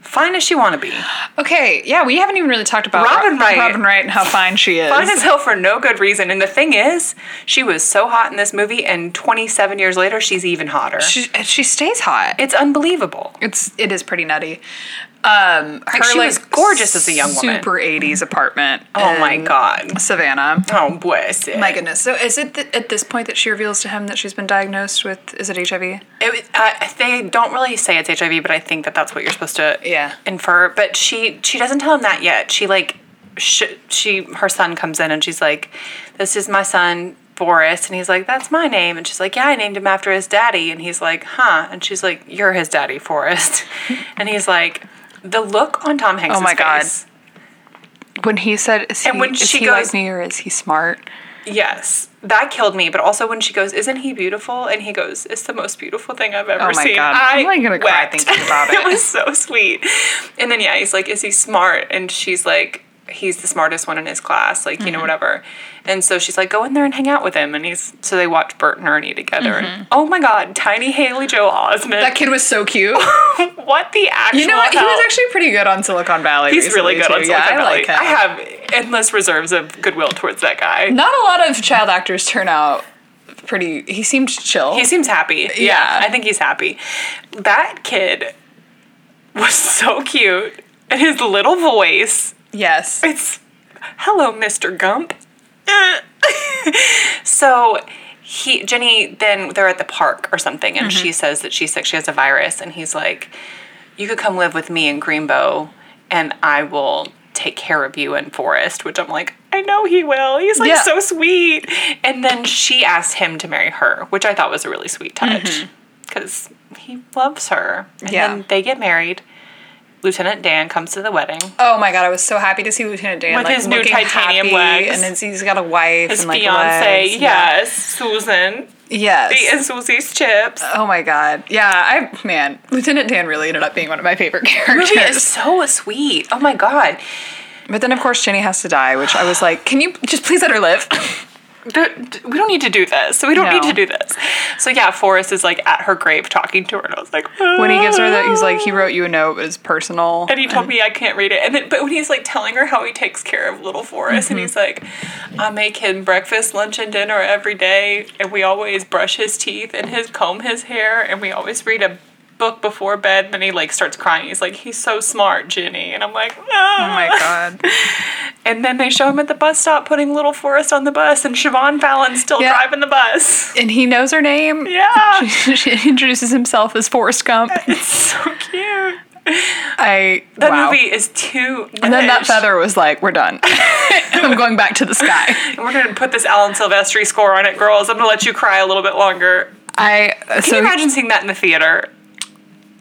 fine as she want to be, Okay, yeah, we haven't even really talked about Robin Wright. Robin Wright and how fine she is. fine as hell for no good reason. And the thing is, she was so hot in this movie, and 27 years later, she's even hotter. she, she stays hot. it's unbelievable. It's it is pretty nutty. Um, her she was gorgeous as a young woman. Super eighties apartment. Oh my in god. Savannah. Oh, bless it. My goodness. So is it th- at this point that she reveals to him that she's been diagnosed with is it HIV? It, was- uh, they don't really say it's HIV, but I think that that's what you're supposed to Yeah. infer. But she she doesn't tell him that yet. She like sh- she her son comes in and she's like, "This is my son Boris," and he's like, "That's my name," and she's like, "Yeah, I named him after his daddy," and he's like, "Huh?" and she's like, "You're his daddy, Forrest," (laughs) and he's like, "The look on Tom Hanks' Oh my God. face, When he said is And he, when is she he goes- like me or is he smart? yes." That killed me, but also when she goes, "Isn't he beautiful?" and he goes, "It's the most beautiful thing I've ever Oh my seen." God. I I'm, like, gonna cry wept. thinking (laughs) about it it. was so sweet. And then yeah, he's like, "Is he smart?" And she's like, "He's the smartest one in his class, like you Mm-hmm. know whatever." And so she's like, "Go in there and hang out with him." And he's so they watch Bert and Ernie together. And, oh my God, tiny Haley Joe Osment! (laughs) Mm-hmm. That kid was so (laughs) cute. (laughs) what the actual? You know what? He hell? was actually pretty good on Silicon Valley. He's really good recently, too. on Silicon yeah, Valley. I like him. I have endless reserves of goodwill towards that guy. Not a lot of child actors turn out pretty. He seemed chill. He seems happy. Yeah. Yeah. I think he's happy. That kid was so cute. And his little voice, yes. it's hello, Mr. Gump. (laughs) Eh. so he Jenny then they're at the park or something, and Mm-hmm. she says that she's sick, she has a virus, and he's like, You could come live with me in Greenbow and I will take care of you in Forest, which I'm like, I know he will. He's like Yeah. so sweet. And then she asked him to marry her, which I thought was a really sweet touch. Because he loves her. And Mm-hmm. Yeah. then they get married. Lieutenant Dan comes to the wedding. Oh my god, I was so happy to see Lieutenant Dan With like, his new looking titanium happy, legs. and it's, he's got a wife His and like fiance, legs. yes, Susan. Yes. The Insulsies chips. Oh my god. Yeah, I man, Lieutenant Dan really ended up being one of my favorite characters. She is so sweet. Oh my god. But then of course Jenny has to die, which I was like, can you just please let her live? (laughs) But we don't need to do this. So we don't No. need to do this. So yeah, Forrest is like at her grave talking to her, and I was like, when he gives her that he's like, he wrote you a note, but it's personal. And he (laughs) told me I can't read it. And then, but when he's like telling her how he takes care of little Forrest, and he's like, Mm-hmm. I make him breakfast, lunch, and dinner every day, and we always brush his teeth and his comb his hair, and we always read a book before bed. Then he like starts crying. He's like, he's so smart, Jenny. And I'm like, "Ah." Oh my god. (laughs) And then they show him at the bus stop putting little Forrest on the bus, and Siobhan Fallon's still Yeah. driving the (laughs) bus. And he knows her name. Yeah, (laughs) she introduces himself as Forrest Gump. it's so cute. I That wow. movie is too. And then that niche. feather was like, we're done. (laughs) I'm going back to the sky. (laughs) We're gonna put this Alan Silvestri score on it, girls. I'm gonna let you cry a little bit longer. I Can so you imagine seeing that in the theater?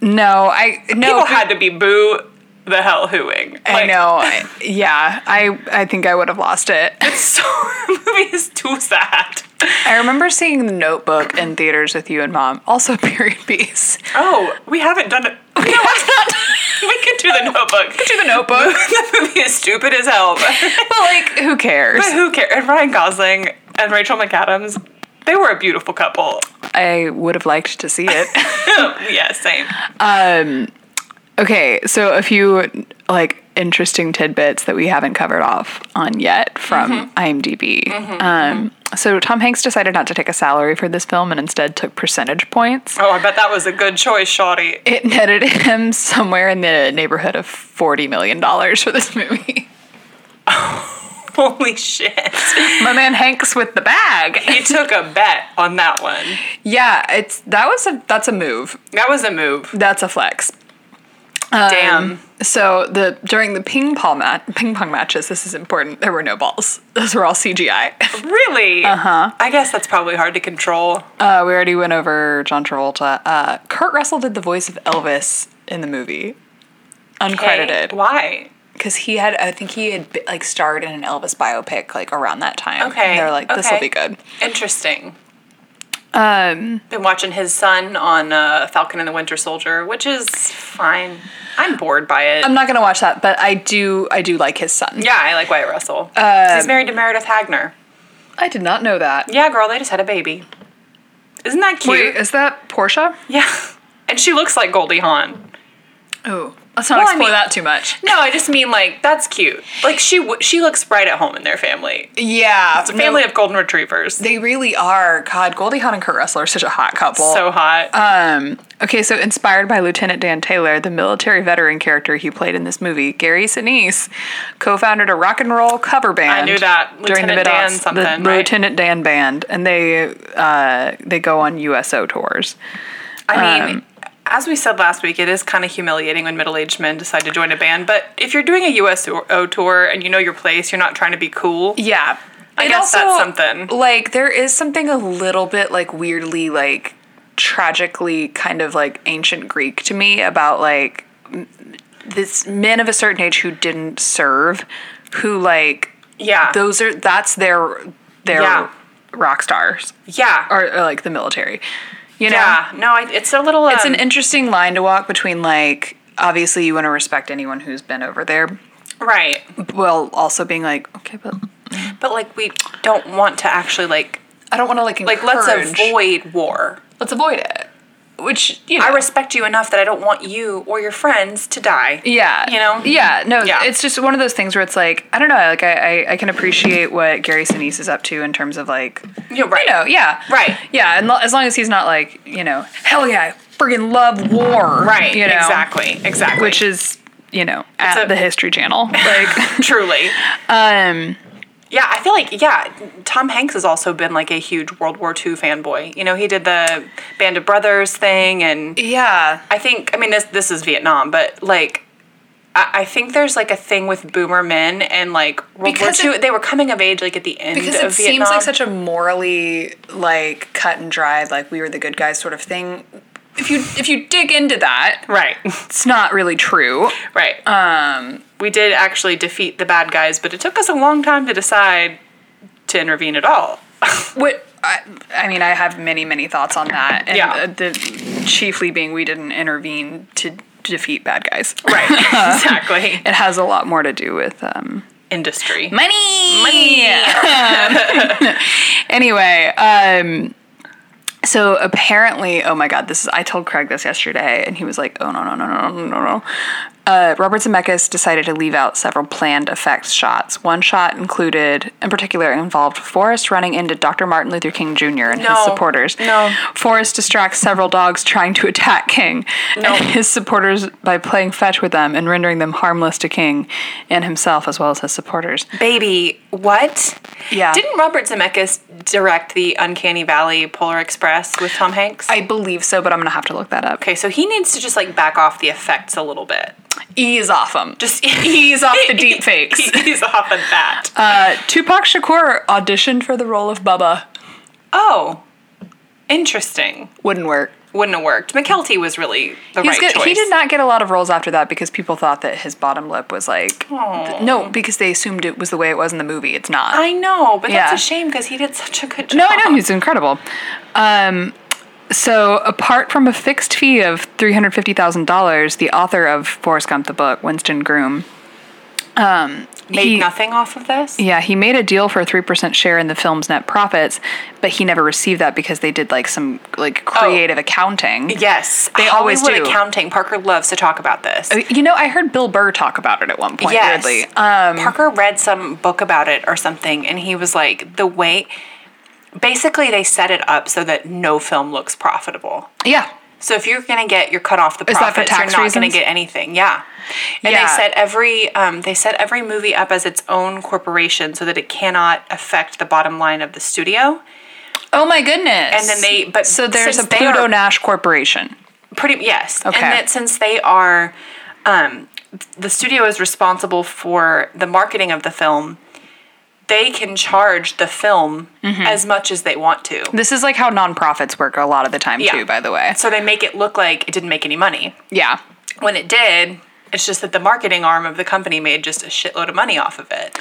no, I no People had to be boo the hell hooing. I know. I- yeah, I I think I would have lost it. So (laughs) the movie is too sad. I remember seeing The Notebook in theaters with you and mom. Also, (laughs) period piece. Oh, we haven't done it. (laughs) No, it's (laughs) not. we could do the Notebook. To The Notebook, (laughs) the movie is stupid as (laughs) hell. but- but like, who cares? But who cares? And Ryan Gosling and Rachel McAdams, they were a beautiful (laughs) couple. Oh, I would have liked to see it. (laughs) yeah, same. Okay, so a few like interesting tidbits that we haven't covered off on yet from Mm-hmm. IMDb. um, So Tom Hanks decided not to take a salary for this film and instead took percentage points. Oh, I bet that was a good choice, Shawty. (laughs) It netted him somewhere in the neighborhood of forty million dollars for this movie. (laughs) Holy shit. My man Hanks with the bag. He took a bet on that one. Yeah, it's that was a that's a move. That was a move. That's a flex. Damn. So the during the ping pong mat, ping pong matches, this is important. There were no balls. Those were all CGI. Really? Uh huh. I guess that's probably hard to control. (laughs) Uh, we already went over John Travolta. Uh, Kurt Russell did the voice of Elvis in the movie, Okay, uncredited, Why? because he had I think he had like starred in an Elvis biopic like around that time. Okay, they're like this will okay. be good. Interesting. Um, Been watching his son on uh, Falcon and the Winter Soldier, which is fine. I'm bored by it. I'm not gonna watch that, but I do I do like his son. yeah, I like Wyatt Russell. He's married to Meredith Hagner. I did not know that. Yeah, girl, they just had a baby. Isn't that cute? Wait, is that Portia? Yeah. And she looks like Goldie Hawn. Oh, let's not Well, I explore mean- that too much. No, I just mean like that's cute. Like she w- she looks right at home in their family. Yeah, It's a family of golden retrievers. They really are. God, Goldie Hawn and Kurt Russell are such a hot couple. so hot. Um, okay, so inspired by Lieutenant Dan Taylor, the military veteran character he played in this movie, Gary Sinise co-founded a rock and roll cover band. knew that. Lieutenant Dan mid-aughts, something, the right? Lieutenant Dan Band, and they uh, they go on USO tours. I Um, mean, as we said last week, it is kind of humiliating when middle aged men decide to join a band. But if you're doing a USO tour and you know your place, you're not trying to be cool. Yeah, I guess that's something. Like there is something a little bit like weirdly like tragically kind of like ancient Greek to me about like m- this men of a certain age who didn't serve, who like Yeah. those are that's their their Yeah. rock stars yeah. or, or like the military you know yeah. No, I, it's a little. Um, it's an interesting line to walk between like obviously you want to respect anyone who's been over there right. while also being like okay but But like, we don't want to actually like i don't want to like like let's avoid war. let's avoid it which you know I respect you enough that I don't want you or your friends to die. yeah You know? yeah no Yeah. it's just one of those things where it's like i don't know like i i, I can appreciate what gary sinise is up to in terms of like You're right. you know, yeah. Right. Yeah, and lo- as long as he's not like, you know, hell yeah, I friggin' love war. Right. You know, Exactly. Exactly. Which is, you know, at a- the History Channel. Like, (laughs) truly. um, Yeah, I feel like yeah, Tom Hanks has also been like a huge World War II fanboy. You know, he did the Band of Brothers thing, and yeah. I think I mean this this is Vietnam, but like. I I think there's like a thing with boomer men and like World Because War II. it- they were coming of age like at the end Because of it Vietnam. seems like such a morally like cut and dried, like we were the good guys sort of thing. If you if you dig into that, right, (laughs) it's not really true. right. Um, we did actually defeat the bad guys, but it took us a long time to decide to intervene at all. What I, I mean, I have many, many thoughts on that. And Yeah. uh, the chiefly being we didn't intervene to defeat bad guys. Right. (laughs) (laughs) exactly. It has a lot more to do with um, Industry. money. Money. anyway, um, so apparently, oh my God, this is. I told Craig this yesterday, and he was like, "Oh no, no, no, no, no, no, no." Uh, Robert Zemeckis decided to leave out several planned effects shots. One shot included, in particular, involved Forrest running into Dr. Martin Luther King Jr. and his No. supporters. No. Forrest distracts several dogs trying to attack King and his supporters by playing fetch with them and rendering them harmless to King and himself as well as his supporters. Baby, what? Yeah. Didn't Robert Zemeckis direct the Uncanny Valley Polar Express with Tom Hanks? I believe so, but I'm gonna have to look that up. okay, so he needs to just like back off the effects a little bit. Ease off them. Just (laughs) Just ease ease off (laughs) the deep fakes. He's off of that. Uh, Tupac Shakur auditioned for the role of Bubba. oh, interesting. Wouldn't work. Wouldn't have worked. McKelty was really the He's right good. choice. He did not get a lot of roles after that because people thought that his bottom lip was like no, because they assumed it was the way it was in the movie. It's not. I know, but Yeah. that's a shame because he did such a good job. No, I know he's incredible. Um, so, apart from a fixed fee of three hundred fifty thousand dollars, the author of Forrest Gump the book, Winston Groom, um, Made he- nothing off of this. Yeah, he made a deal for a three percent share in the film's net profits, but he never received that because they did like some like creative accounting. Yes, They always Hollywood do. Oh, accounting. Parker loves to talk about this. You know, I heard Bill Burr talk about it at one point. Yes. Weirdly, um, Parker read some book about it or something, and he was like, the way. Basically, they set it up so that no film looks profitable. yeah, So if you're going to get, you're cut off the Is that for profits. You're tax not going reasons? to get anything. Yeah. And Yeah. they set every um, they set every movie up as its own corporation so that it cannot affect the bottom line of the studio. Oh my goodness! And then they- but so there's a since they Pluto are- Nash Corporation. Pretty yes. Okay. And that since they are um, the studio is responsible for the marketing of the film, they can charge the film Mm-hmm. as much as they want to. This is like how nonprofits work a lot of the time Yeah. too. By the way, So they make it look like it didn't make any money. yeah, When it did, it's just that the marketing arm of the company made just a shitload of money off of it.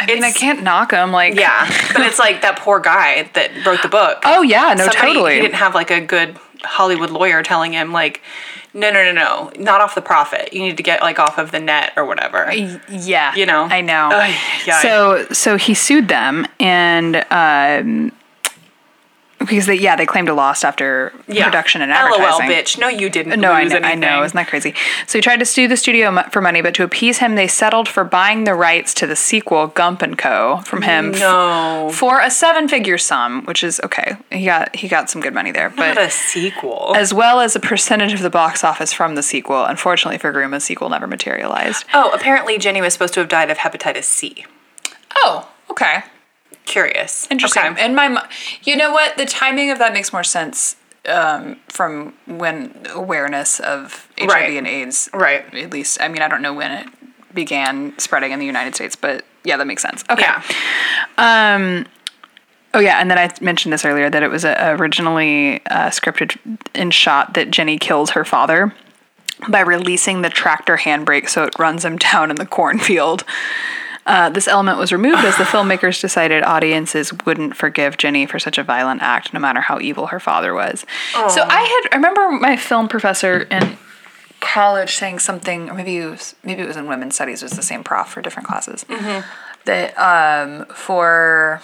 I mean, I It's- can't knock them. Like, Yeah, but it's like that poor guy that wrote the book. Oh yeah, no, Somebody- totally. He didn't have like a good Hollywood lawyer telling him like, no, no, no, no, not off the profit. You need to get like off of the net or whatever. Yeah, You know? I know. Ay, yi. so so he sued them and um, because they yeah they claimed a loss after production and advertising. LOL, bitch. No, you didn't. No, I lose know, I anything. know. Isn't that crazy? So he tried to sue the studio mo- for money, but to appease him, they settled for buying the rights to the sequel Gump and Co. from him f- No. for a seven-figure sum, which is okay. He got he got some good money there, but Not a sequel. as well as a percentage of the box office from the sequel. Unfortunately for Groom, a sequel never materialized. oh, apparently Jenny was supposed to have died of hepatitis C. Oh, okay. Curious. Interesting. Okay. And my, mo- you know what? The timing of that makes more sense um, from when awareness of HIV Right. and AIDS, Right. At least, I mean, I don't know when it began spreading in the United States, but yeah, that makes sense. Okay. Yeah. Um, oh yeah, and then I mentioned this earlier that it was uh, originally uh, scripted and shot that Jenny kills her father by releasing the tractor handbrake so it runs him (laughs) down in the cornfield. Uh, this element was removed as the filmmakers decided audiences wouldn't forgive Jenny for such a violent act, no matter how evil her father was. So I had I remember my film professor in college saying something, or maybe it was, maybe it was in women's studies, it was the same prof for different classes. That um, for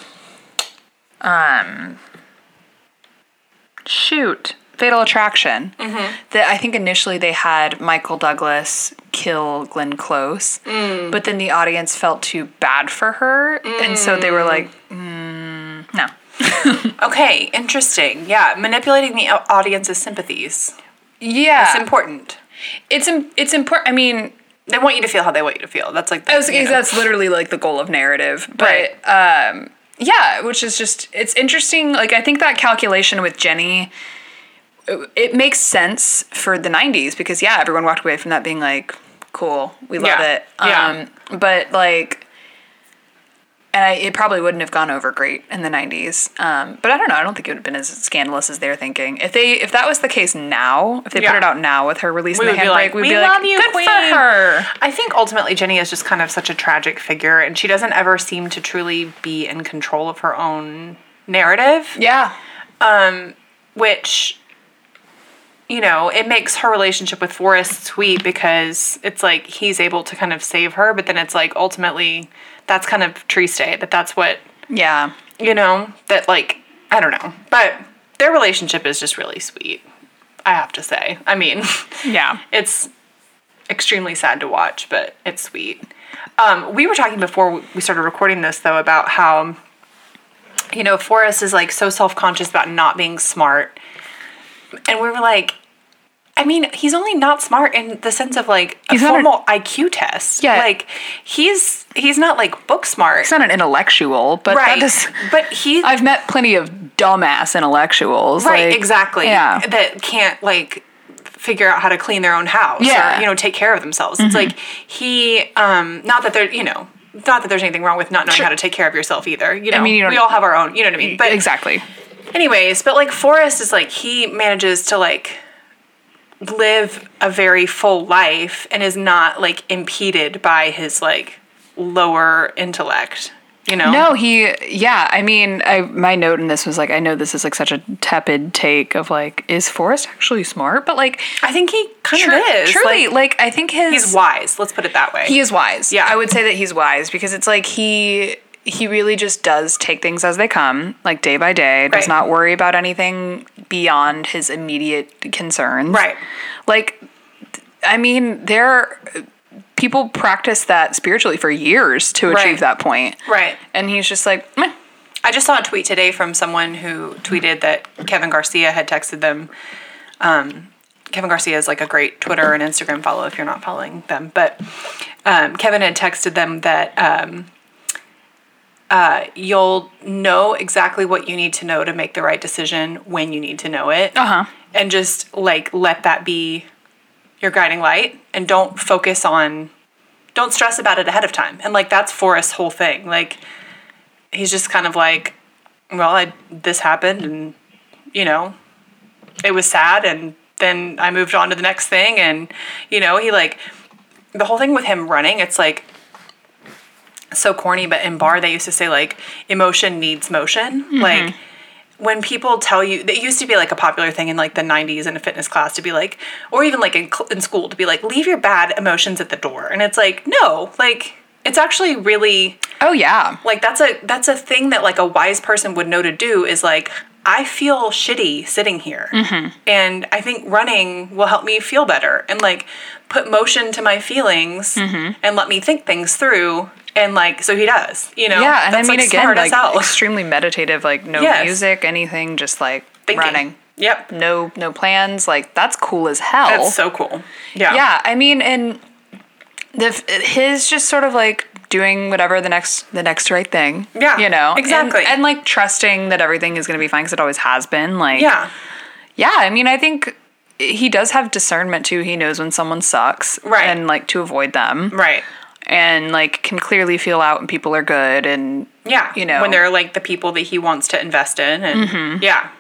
shoot fatal attraction that i think initially they had michael douglas kill glenn close but then the audience felt too bad for her and so they were like mm, no Okay. Interesting. Yeah. Manipulating the au- audience's sympathies. yeah It's important. it's, im- it's important i mean They want you to feel how they want you to feel. That's like the, I was, you know. that's literally like the goal of narrative but Right. um, yeah which is just it's interesting like i think that calculation with jenny it- it makes sense for the 90s because yeah everyone walked away from that being like cool we love Yeah. it Yeah. um, but like and I, it probably wouldn't have gone over great in the 90s um, but i don't know i don't think it would have been as scandalous as they're thinking if they if that was the case now if they Yeah. put it out now with her We releasing the would be handbrake like, we'd "We be like love you, good Queen." for her I think ultimately Jenny is just kind of such a tragic figure, and she doesn't ever seem to truly be in control of her own narrative, yeah which, you know, it makes her relationship with Forrest sweet because it's like he's able to kind of save her, but then it's like ultimately that's kind of Triste that that's what, yeah you know, that like, I don't know. But their relationship is just really sweet, I have to say. I mean, (laughs) yeah it's extremely sad to watch, but it's sweet. Um, we were talking before we started recording this, though, about how, you know, Forrest is like so self conscious about not being smart. And we were like, I mean, he's only not smart in the sense of like a He's not a- formal IQ test. Yeah. Like he's he's not like book smart. he's not an intellectual but right. that is but he i've met plenty of dumbass intellectuals right like- exactly yeah that can't like figure out how to clean their own house Yeah. Mm-hmm. or you know take care of themselves it's like he um not that there you know not that there's anything wrong with not knowing how to take care of yourself either you know mean, you don't- we all have our own you know what i mean but exactly anyways but like forrest is like he manages to like live a very full life and is not like impeded by his like lower intellect you know No, he. Yeah, I mean, I my note in this was like, I know this is like such a tepid take of like, is Forrest actually smart? But like, i think he kind tru- of is truly, like, like, I think his he's wise let's put it that way he is wise. Yeah. I would say that he's wise because it's like he he really just does take things as they come, like day by day. Right. Does not worry about anything beyond his immediate concerns. Right. Like, th- I mean, there people practice that spiritually for years to achieve Right. that point. Right. And he's just like, Meh. I just saw a tweet today from someone who tweeted that Kevin Garcia had texted them. Um, Kevin Garcia is like a great Twitter and Instagram follow if you're not following them. But um, Kevin had texted them that um, uh, you'll know exactly what you need to know to make the right decision when you need to know it. Uh-huh. And just like let that be your guiding light and don't focus on, don't stress about it ahead of time. And like that's Forrest's whole thing. Like, he's just kind of like, well, I this happened, and you know, it was sad, and then I moved on to the next thing, and you know, he like the whole thing with him running. It's like so corny, but in bar they used to say like emotion needs motion, like. When people tell you, it used to be like a popular thing in like the '90s in a fitness class to be like, or even like in, cl- in school to be like, leave your bad emotions at the door, and it's like, no, like it's actually really oh yeah. like that's a that's a thing that like a wise person would know to do is like i feel shitty sitting here Mm-hmm. and i think running will help me feel better and like put motion to my feelings Mm-hmm. and let me think things through and like so he does you know Yeah, and I That's, mean like, again, smart as like hell. extremely meditative, like no Yes. music, anything, just like (laughs) Thinking. running, yep no no plans. Like that's cool as hell. that's so cool yeah yeah, I mean, and the f- his just sort of like doing whatever the next the next right thing. Yeah, you know And- exactly. and, like trusting that everything is gonna be fine because it always has been. Like yeah yeah, I mean, I think he does have discernment too. He knows when someone sucks, Right. and like to avoid them, right and like can clearly feel out when people are good and yeah You know. Mm-hmm. when they're like the people that he wants to invest in and yeah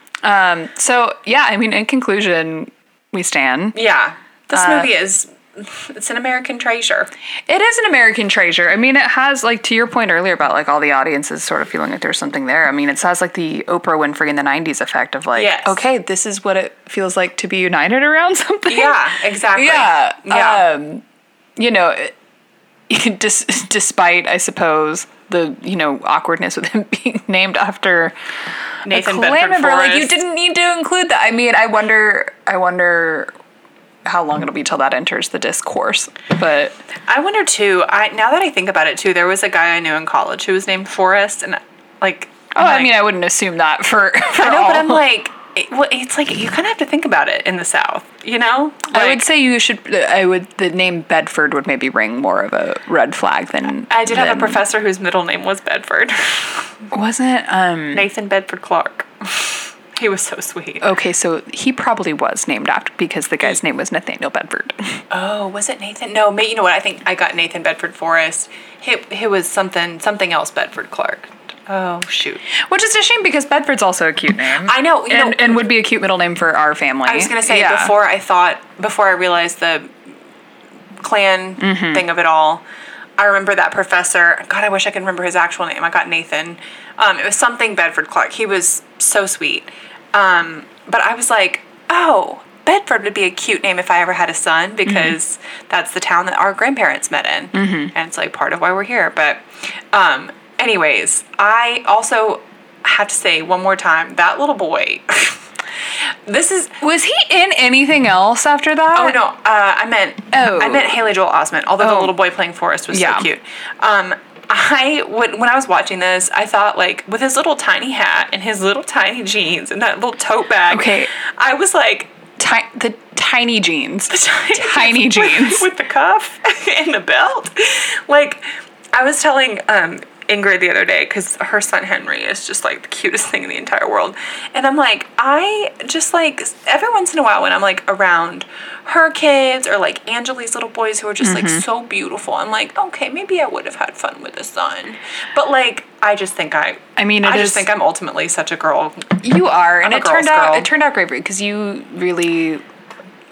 So yeah, I mean, in conclusion, we stand. yeah this Uh, movie is (laughs) it's an american treasure It is an American treasure. I mean, it has like to your point earlier about like all the audiences sort of feeling like there's something there. I mean, it has like the Oprah Winfrey in the '90s effect of like, Yes. okay, this is what it feels like to be united around (laughs) something. yeah exactly yeah, yeah uh, Um, you know, it, (laughs) dis- despite I suppose the you know awkwardness with him (laughs) being named after Nathan Clay Bedford member. Like you Forrest. didn't need to include that. I mean, I wonder. I wonder how long it'll be till that enters the discourse. But I wonder too. I now that I think about it too, there was a guy I knew in college who was named Forrest, and like, oh, I mean, I wouldn't assume that (laughs) for for I know, all. but I'm like, it, well, it's like you kind of have to think about it in the South, you know. I Like, would say you should. I would. The name Bedford would maybe ring more of a red flag than. I did have a than- professor Mm-hmm. whose middle name was Bedford, Wasn't um. Nathan Bedford Clark. (laughs) He was so sweet. Okay, so he probably was named after because the guy's name was Nathaniel Bedford. (laughs) Oh, was it Nathan? No, mate. You know what? I think I got Nathan Bedford Forrest. It, it was something something else Bedford Clark. Oh shoot. Which is a shame because Bedford's also a cute name. I know, you and, know- and would be a cute middle name for our family. I was gonna say Yeah. before I thought before I realized the clan thing of it all. I remember that professor. God, I wish I could remember his actual name. I got Nathan. Um, it was something Bedford Clark. He was so sweet. Um, but I was like, oh, Bedford would be a cute name if I ever had a son because that's the town that our grandparents met in, and it's like part of why we're here. But, um, anyways, I also have to say one more time that little boy. (laughs) this is Was he in anything else after that? Oh no, uh, I meant Oh. I meant Haley Joel Osment. Although Oh. the little boy playing Forrest was Yeah. so cute. Um, I when, when I was watching this, I thought like with his little tiny hat and his little tiny jeans and that little tote bag. Okay. I was like Ti- the tiny (laughs) jeans. (laughs) Tiny jeans. with the cuff (laughs) and the belt. Like I was telling um, Ingrid the other day because her son Henry is just like the cutest thing in the entire world, and I'm like, I just like every once in a while when I'm like around her kids or like Angelie's little boys who are just Mm-hmm. like so beautiful, I'm like, okay, maybe I would have had fun with a son, but like I just think I. I mean, it I just is- think I'm ultimately such a girl. (laughs) You are, and a it girl's turned out girl. it turned out great because you really,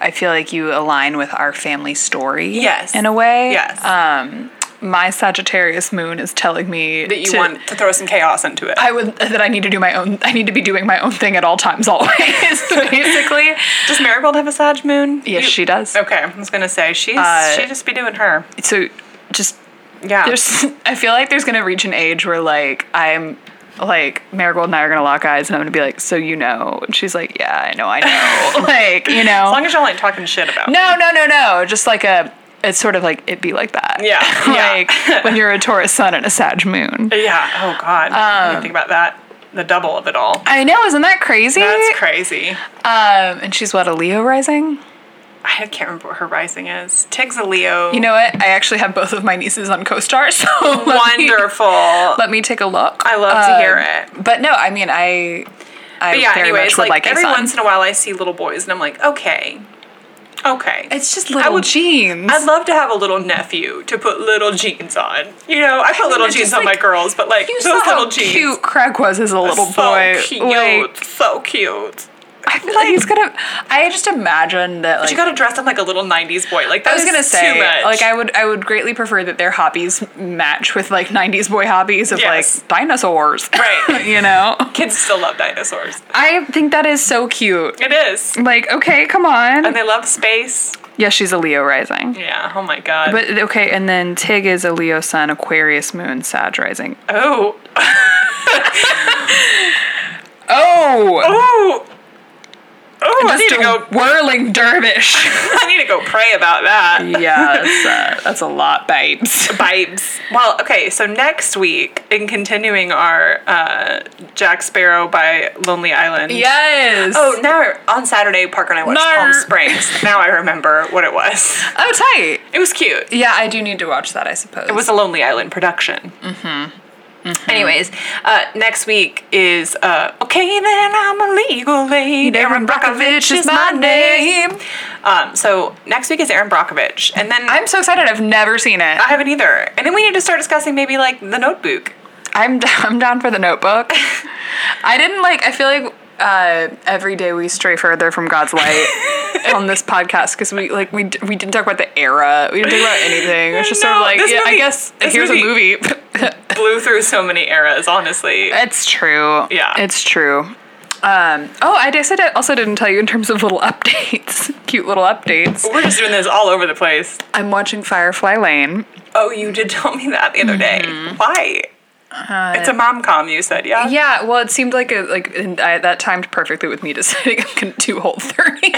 I feel like you align with our family story. Yes. in a way. Yes. Um, my Sagittarius moon is telling me That you want to throw some chaos into it. I would that I need to do my own. I need to be doing my own thing at all (laughs) times, (laughs) always. basically, Does Marigold have a Sag Moon? yes, You- she does. Okay, I was gonna say she's Uh, she just be doing her. So, just Yeah, there's. I feel like there's gonna reach an age where like I'm. Like Marigold and I are gonna lock eyes, and I'm gonna be like, "So you know?" And she's like, "Yeah, I know, I know." (laughs) like you know, as long as y'all ain't talking shit about. No, no, no, no. Just like a, it's sort of like it be like that. (laughs) Yeah, like yeah. when you're a Taurus sun and a Sag moon. me. Yeah. Oh God. I Um, didn't think about that. The double of it all. I know, isn't that crazy? That's crazy. Um, and she's what a Leo rising. I can't remember what her rising is. Tig's a Leo. You know what? I actually have both of my nieces on co-star, (laughs) so let me- wonderful. Let me take a look. Um, I love to hear it. But no, I mean, I, I But yeah. very Anyways, much would like, like, a every sun. once in a while, I see little boys, and I'm like, okay, okay. it's just little would- jeans. I'd love to have a little nephew to put little jeans on. You know, I put little it's jeans just on like- my girls, but like you those saw little how jeans. cute Craig was as a little so boy. cute. Like, so cute. I feel like he's gonna. I just imagine that like You gotta dress him like a little '90s boy. Like that I was is gonna say, too much. like, I would, I would greatly prefer that their hobbies match with like '90s boy hobbies of Yes. like dinosaurs, (laughs) Right. you know, (laughs) kids still love dinosaurs. I think that is so cute. It is, Like, okay, come (laughs) on. and they love space. yeah, she's a Leo rising, Yeah. Oh my god. but okay, and then Tig is a Leo sun, Aquarius moon, Sag rising. oh, Oh, oh, oh! I need just to a go. whirling dervish. (laughs) I need to go pray about that. yeah, that's, uh, that's a lot, babes. Vibes. Well, okay. So next week, in continuing our uh, Jack Sparrow by Lonely Island. Yes. Oh, now on Saturday, Parker and I watched Nar. Palm (laughs) Springs. Now I remember what it was. oh, tight. It was cute. Yeah, I do need to watch that. I suppose It was a Lonely Island production. Mm-hmm. Anyways, uh, next week is uh, okay. Then I'm a legal aid. Aaron Brockovich is my name. Um, so next week is Aaron Brockovich, and then I'm, I'm so excited. I've never seen it. I haven't either. And then we need to start discussing maybe like The Notebook. I'm (laughs) I'm down for the Notebook. I didn't like. I feel like uh, every day we stray further from (laughs) God's light on this podcast because we like we d- we didn't talk about the era. We didn't talk about anything. It's just sort No, of like this yeah, I movie- guess this here's movie- a movie. (laughs) Blew through so many eras, (laughs) honestly. it's true. Yeah. it's true. Um, oh, I guess I did- also didn't tell you in terms of little (laughs) updates, cute little updates. We're just doing this all over the place. I'm watching Firefly Lane. Oh, you did tell me that the other day. Why? it's a mom com, you said, yeah? Yeah, well, it seemed like a like and I, that timed perfectly with me (laughs) deciding I'm gonna do whole thirty. (laughs)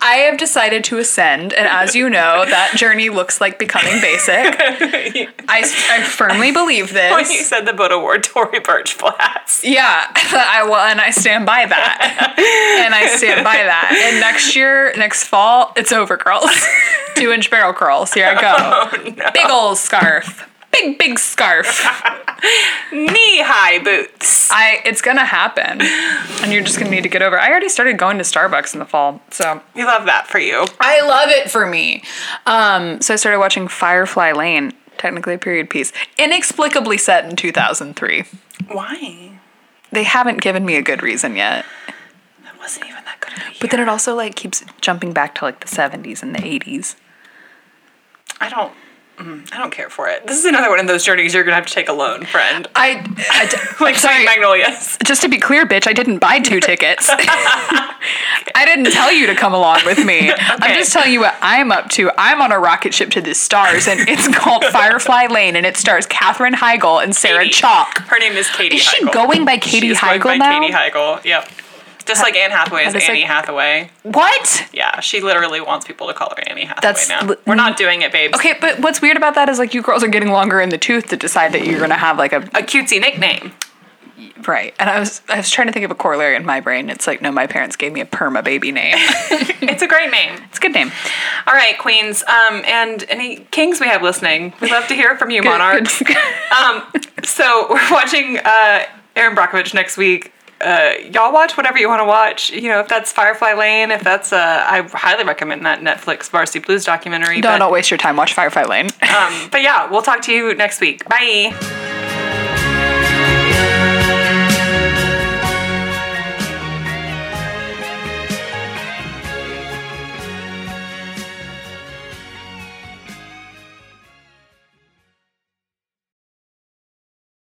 I have decided to ascend, and as you know, that journey looks like becoming basic. I, I firmly believe When (laughs) you this. said the Boat Award Tory Birch (laughs) flats. Yeah, (laughs) I will, and I stand by that, and I stand by that. And next year, next fall, it's over, girls. Two inch barrel curls. Here I go. Big old scarf. big, big scarf. knee high boots. I it's gonna happen. And you're just gonna need to get over. it. I already started going to Starbucks in the fall, so We love that for you. I love it for me. Um, so I started watching Firefly Lane, technically a period piece, inexplicably set in 2003. Why? They haven't given me a good reason yet. That wasn't even that good of a year. But then it also like keeps jumping back to like the 70s and the 80s. I don't. mm, I don't care for it. This is another one of those journeys you're gonna have to take alone, friend. I, I d- Like sorry, sorry. magnolias. just to be clear, bitch, I didn't buy two (laughs) tickets. I didn't tell you to come along with me. I'm Okay. just telling you what I'm up to. I'm on a rocket ship to the stars, and it's called Firefly Lane, and it stars Katherine Heigl and Sarah Katie. Chalk. Her name is Katie. Is she Heigl. going by Katie She's Heigl going by now? Katie Heigl. Yep. Just like Anne Hathaway is That is Annie like- Hathaway. What? Yeah, she literally wants people to call her Annie Hathaway That's now. li- We're not doing it, babes. Okay, but what's weird about that is like you girls are getting longer in the tooth to decide that you're gonna have like a A cutesy (laughs) nickname. right. And I was I was trying to think of a corollary in my brain. It's like no, my parents gave me a perma baby name. It's a great name. it's a good name. All right, queens, um, and any kings we have listening, we'd love to hear from you, monarchs. Good- good- Um, so (laughs) we're watching uh, Aaron Brockovich next week. Uh, y'all watch whatever you want to watch. You know, if that's Firefly Lane, if that's uh, I highly recommend that Netflix Varsity Blues documentary. No, but, don't waste your time. Watch Firefly Lane. Um, but yeah, we'll talk to you next week. Bye.